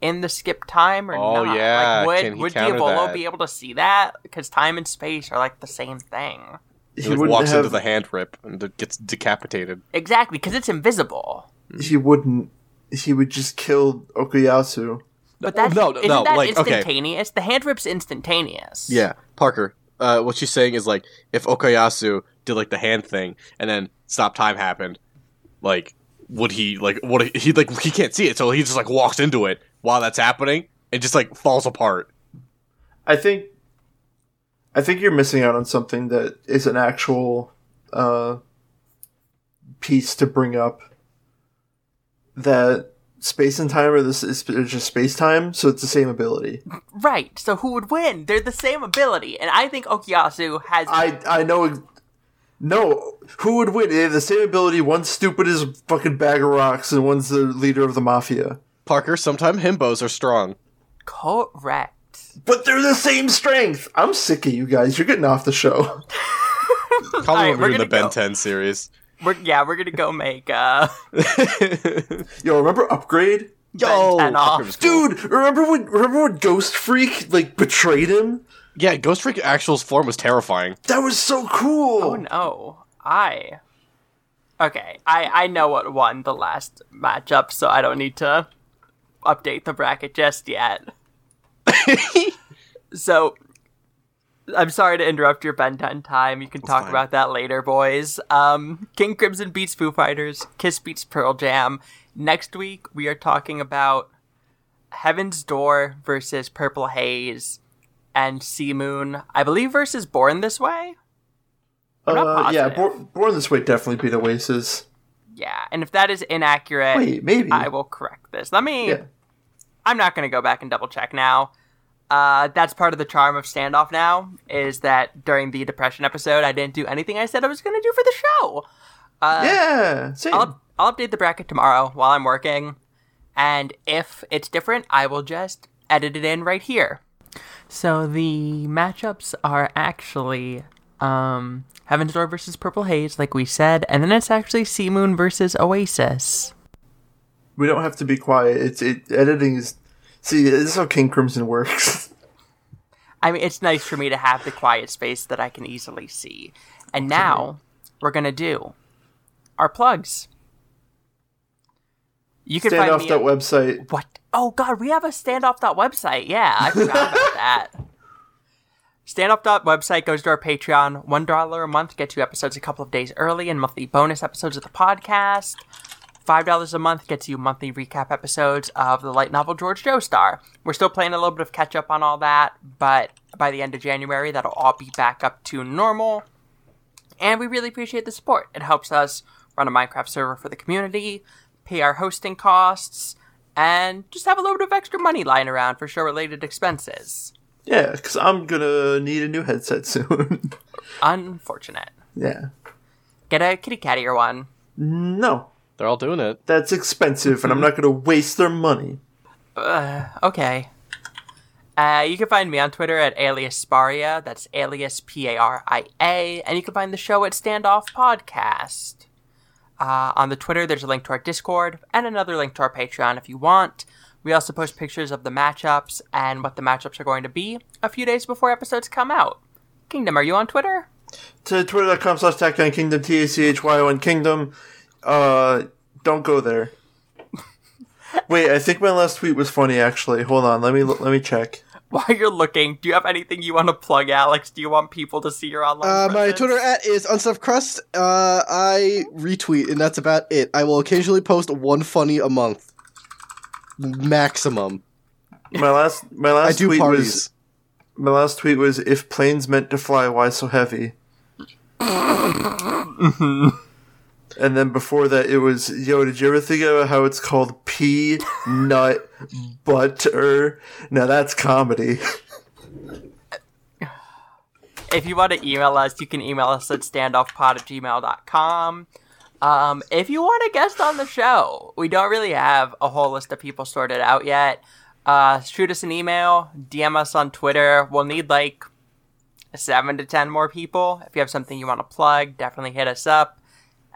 Speaker 1: in the skip time or
Speaker 3: Oh,
Speaker 1: not?
Speaker 3: yeah.
Speaker 1: Like, would
Speaker 3: Can he
Speaker 1: would
Speaker 3: counter
Speaker 1: Diavolo
Speaker 3: that?
Speaker 1: be able to see that? Because time and space are like the same thing.
Speaker 2: He
Speaker 3: He
Speaker 2: wouldn't
Speaker 3: walks
Speaker 2: have.
Speaker 3: into the hand rip and de- gets decapitated.
Speaker 1: Exactly, because it's invisible.
Speaker 2: he wouldn't. He would just kill Okuyasu.
Speaker 1: But that's
Speaker 3: no, no,
Speaker 1: isn't
Speaker 3: no,
Speaker 1: that
Speaker 3: like, okay.
Speaker 1: instantaneous? The hand rip's instantaneous.
Speaker 3: Parker. Uh, what she's saying is like if Okayasu did like the hand thing and then stop time happened, like would he like what he like he can't see it, so he just like walks into it while that's happening and just like falls apart.
Speaker 2: I think. I think you're missing out on something that is an actual uh, piece to bring up. That space and time are this is is just space time, so it's the same ability.
Speaker 1: Right. So who would win? They're the same ability, and I think Okuyasu has
Speaker 2: I I know. ex- No, who would win? They have the same ability. One's stupid as a fucking bag of rocks, and one's the leader of the mafia.
Speaker 3: Parker, sometime himbos are strong.
Speaker 1: correct.
Speaker 2: But they're the same strength. I'm sick of you guys. You're getting off the show.
Speaker 3: Call
Speaker 1: All right,
Speaker 3: me
Speaker 1: we're
Speaker 3: over in the
Speaker 1: gonna
Speaker 3: Ben
Speaker 1: go. [LAUGHS]
Speaker 3: 10 series.
Speaker 1: We're yeah, we're gonna go make uh [LAUGHS]
Speaker 2: Yo, remember Upgrade?
Speaker 3: Yo,
Speaker 1: 10 off.
Speaker 3: Parker was cool.
Speaker 2: Dude, remember when remember when Ghost Freak like betrayed him?
Speaker 3: Yeah, Ghost Freak actual's form
Speaker 1: [LAUGHS]
Speaker 3: was terrifying.
Speaker 2: That was so cool.
Speaker 1: oh no. I Okay, I I know what won the last matchup, so I don't need to update the bracket just yet. so I'm sorry to interrupt your Ben 10 time. You can talk
Speaker 3: fine.
Speaker 1: about that later, boys. Um, King Crimson beats Foo Fighters. Kiss beats Pearl Jam. Next week, we are talking about Heaven's Door versus Purple Haze and Sea Moon, I believe, versus Born This Way. I'm not
Speaker 2: Uh, yeah,
Speaker 1: positive.
Speaker 2: Bor- Born This Way definitely beat Oasis.
Speaker 1: Yeah, and if that is inaccurate,
Speaker 2: Wait, maybe.
Speaker 1: I will correct this. Let me.
Speaker 2: Yeah.
Speaker 1: I'm not going to go back and double check now. Uh, that's part of the charm of standoff now is that during the depression episode, I didn't do anything I said I was going to do for the show. Uh,
Speaker 2: yeah, same.
Speaker 1: I'll I'll update the bracket tomorrow while I'm working, and if it's different, I will just edit it in right here. So the matchups are actually um, Heaven's Door versus Purple Haze, like we said, and then it's actually Sea Moon versus Oasis.
Speaker 2: we don't have to be quiet. It's it editing is. See, this is how King Crimson works. [LAUGHS]
Speaker 1: I mean, it's nice for me to have the quiet space that I can easily see. And now we're gonna do our plugs. You can
Speaker 2: Stand
Speaker 1: find
Speaker 2: off
Speaker 1: me
Speaker 2: that
Speaker 1: at-
Speaker 2: website.
Speaker 1: What? Oh God, we have a standoff dot website. Yeah, I forgot about that. Standoff dot website goes to our Patreon. One dollar a month gets you episodes a couple of days early and monthly bonus episodes of the podcast. Five dollars a month gets you monthly recap episodes of the light novel George Joestar. We're still playing a little bit of catch up on all that, but by the end of January, that'll all be back up to normal. And we really appreciate the support. It helps us run a Minecraft server for the community, pay our hosting costs, and just have a little bit of extra money lying around for show related expenses.
Speaker 2: Yeah, because I'm gonna need a new headset [LAUGHS] soon.
Speaker 1: Unfortunate.
Speaker 2: yeah.
Speaker 1: Get a kitty cat ear one.
Speaker 2: No,
Speaker 3: They're all doing it.
Speaker 2: that's expensive,
Speaker 1: Mm-hmm.
Speaker 2: and I'm not gonna waste their money.
Speaker 1: Okay. Uh, you can find me on Twitter at alias Sparia. That's alias P A R I A. And you can find the show at Standoff Podcast. Uh, on the Twitter, there's a link to our Discord and another link to our Patreon if you want. We also post pictures of the matchups and what the matchups are going to be a few days before episodes come out. Kingdom, are you on Twitter? [LAUGHS]
Speaker 2: To twitter.com slash tachyon kingdom, T A C H Y O N kingdom. Uh, don't go there. Wait, I think my last tweet was funny actually. Hold on, let me let me check.
Speaker 1: While you're looking, do you have anything you want to plug, Alex? Do you want people to see your online?
Speaker 4: Uh, my
Speaker 1: presence?
Speaker 4: Twitter at is unstuffedcrust. Uh, I retweet, and that's about it. I will occasionally post one funny a month, maximum.
Speaker 2: My last my
Speaker 4: I
Speaker 2: last
Speaker 4: do
Speaker 2: tweet
Speaker 4: parties.
Speaker 2: was my last tweet was if planes meant to fly, why
Speaker 4: [LAUGHS]
Speaker 2: so heavy? and then before that it was yo, did you ever think about how it's called pea nut butter? Now that's comedy.
Speaker 1: If you want to email us, you can email us at standoffpod at gmail.com. Um, if you want a guest on the show, we don't really have a whole list of people sorted out yet. Uh, shoot us an email, DM us on Twitter. We'll need like seven to ten more people. If you have something you want to plug, definitely hit us up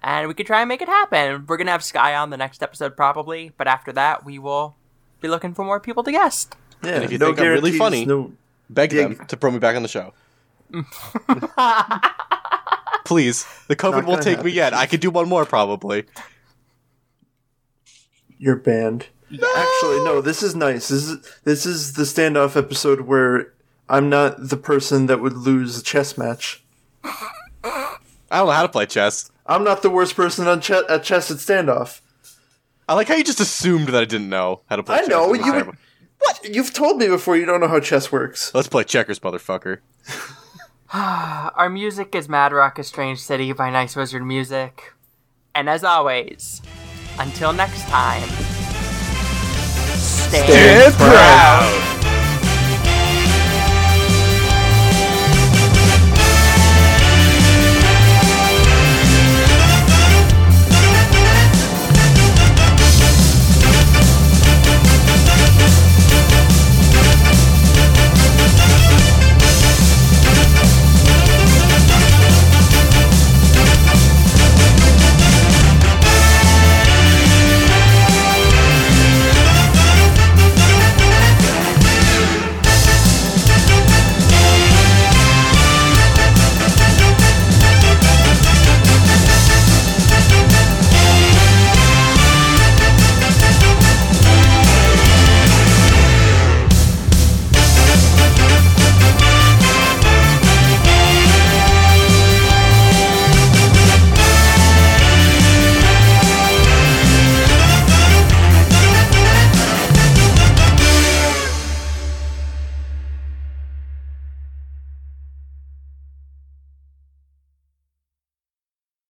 Speaker 1: and we can try and make it happen. We're going to have Sky on the next episode probably, but after that, we will be looking for more people to guest.
Speaker 2: Yeah,
Speaker 3: And if you think I'm really
Speaker 2: guarantees,
Speaker 3: funny-
Speaker 2: no-
Speaker 3: Beg
Speaker 2: Yeah.
Speaker 3: them to throw me back on
Speaker 2: [LAUGHS]
Speaker 3: the show. Please. The COVID
Speaker 2: Not
Speaker 3: won't
Speaker 2: gonna
Speaker 3: take
Speaker 2: happen.
Speaker 3: me yet. I could do one more probably.
Speaker 2: you're banned. Actually, no. This is nice. This is this is the standoff episode where I'm not the person that would lose a chess match.
Speaker 3: I don't know how to play chess.
Speaker 2: I'm not the worst person on che- at chess at standoff.
Speaker 3: I like how you just assumed that I didn't know how to play
Speaker 2: I
Speaker 3: chess.
Speaker 2: know,
Speaker 3: That's
Speaker 2: you
Speaker 3: terrible.
Speaker 2: would- What? You've told me before you don't know how chess works.
Speaker 3: Let's play checkers, motherfucker.
Speaker 1: Our music is Mad Rock A Strange City by Nice Wizard Music. And as always, until next time, stay,
Speaker 3: proud.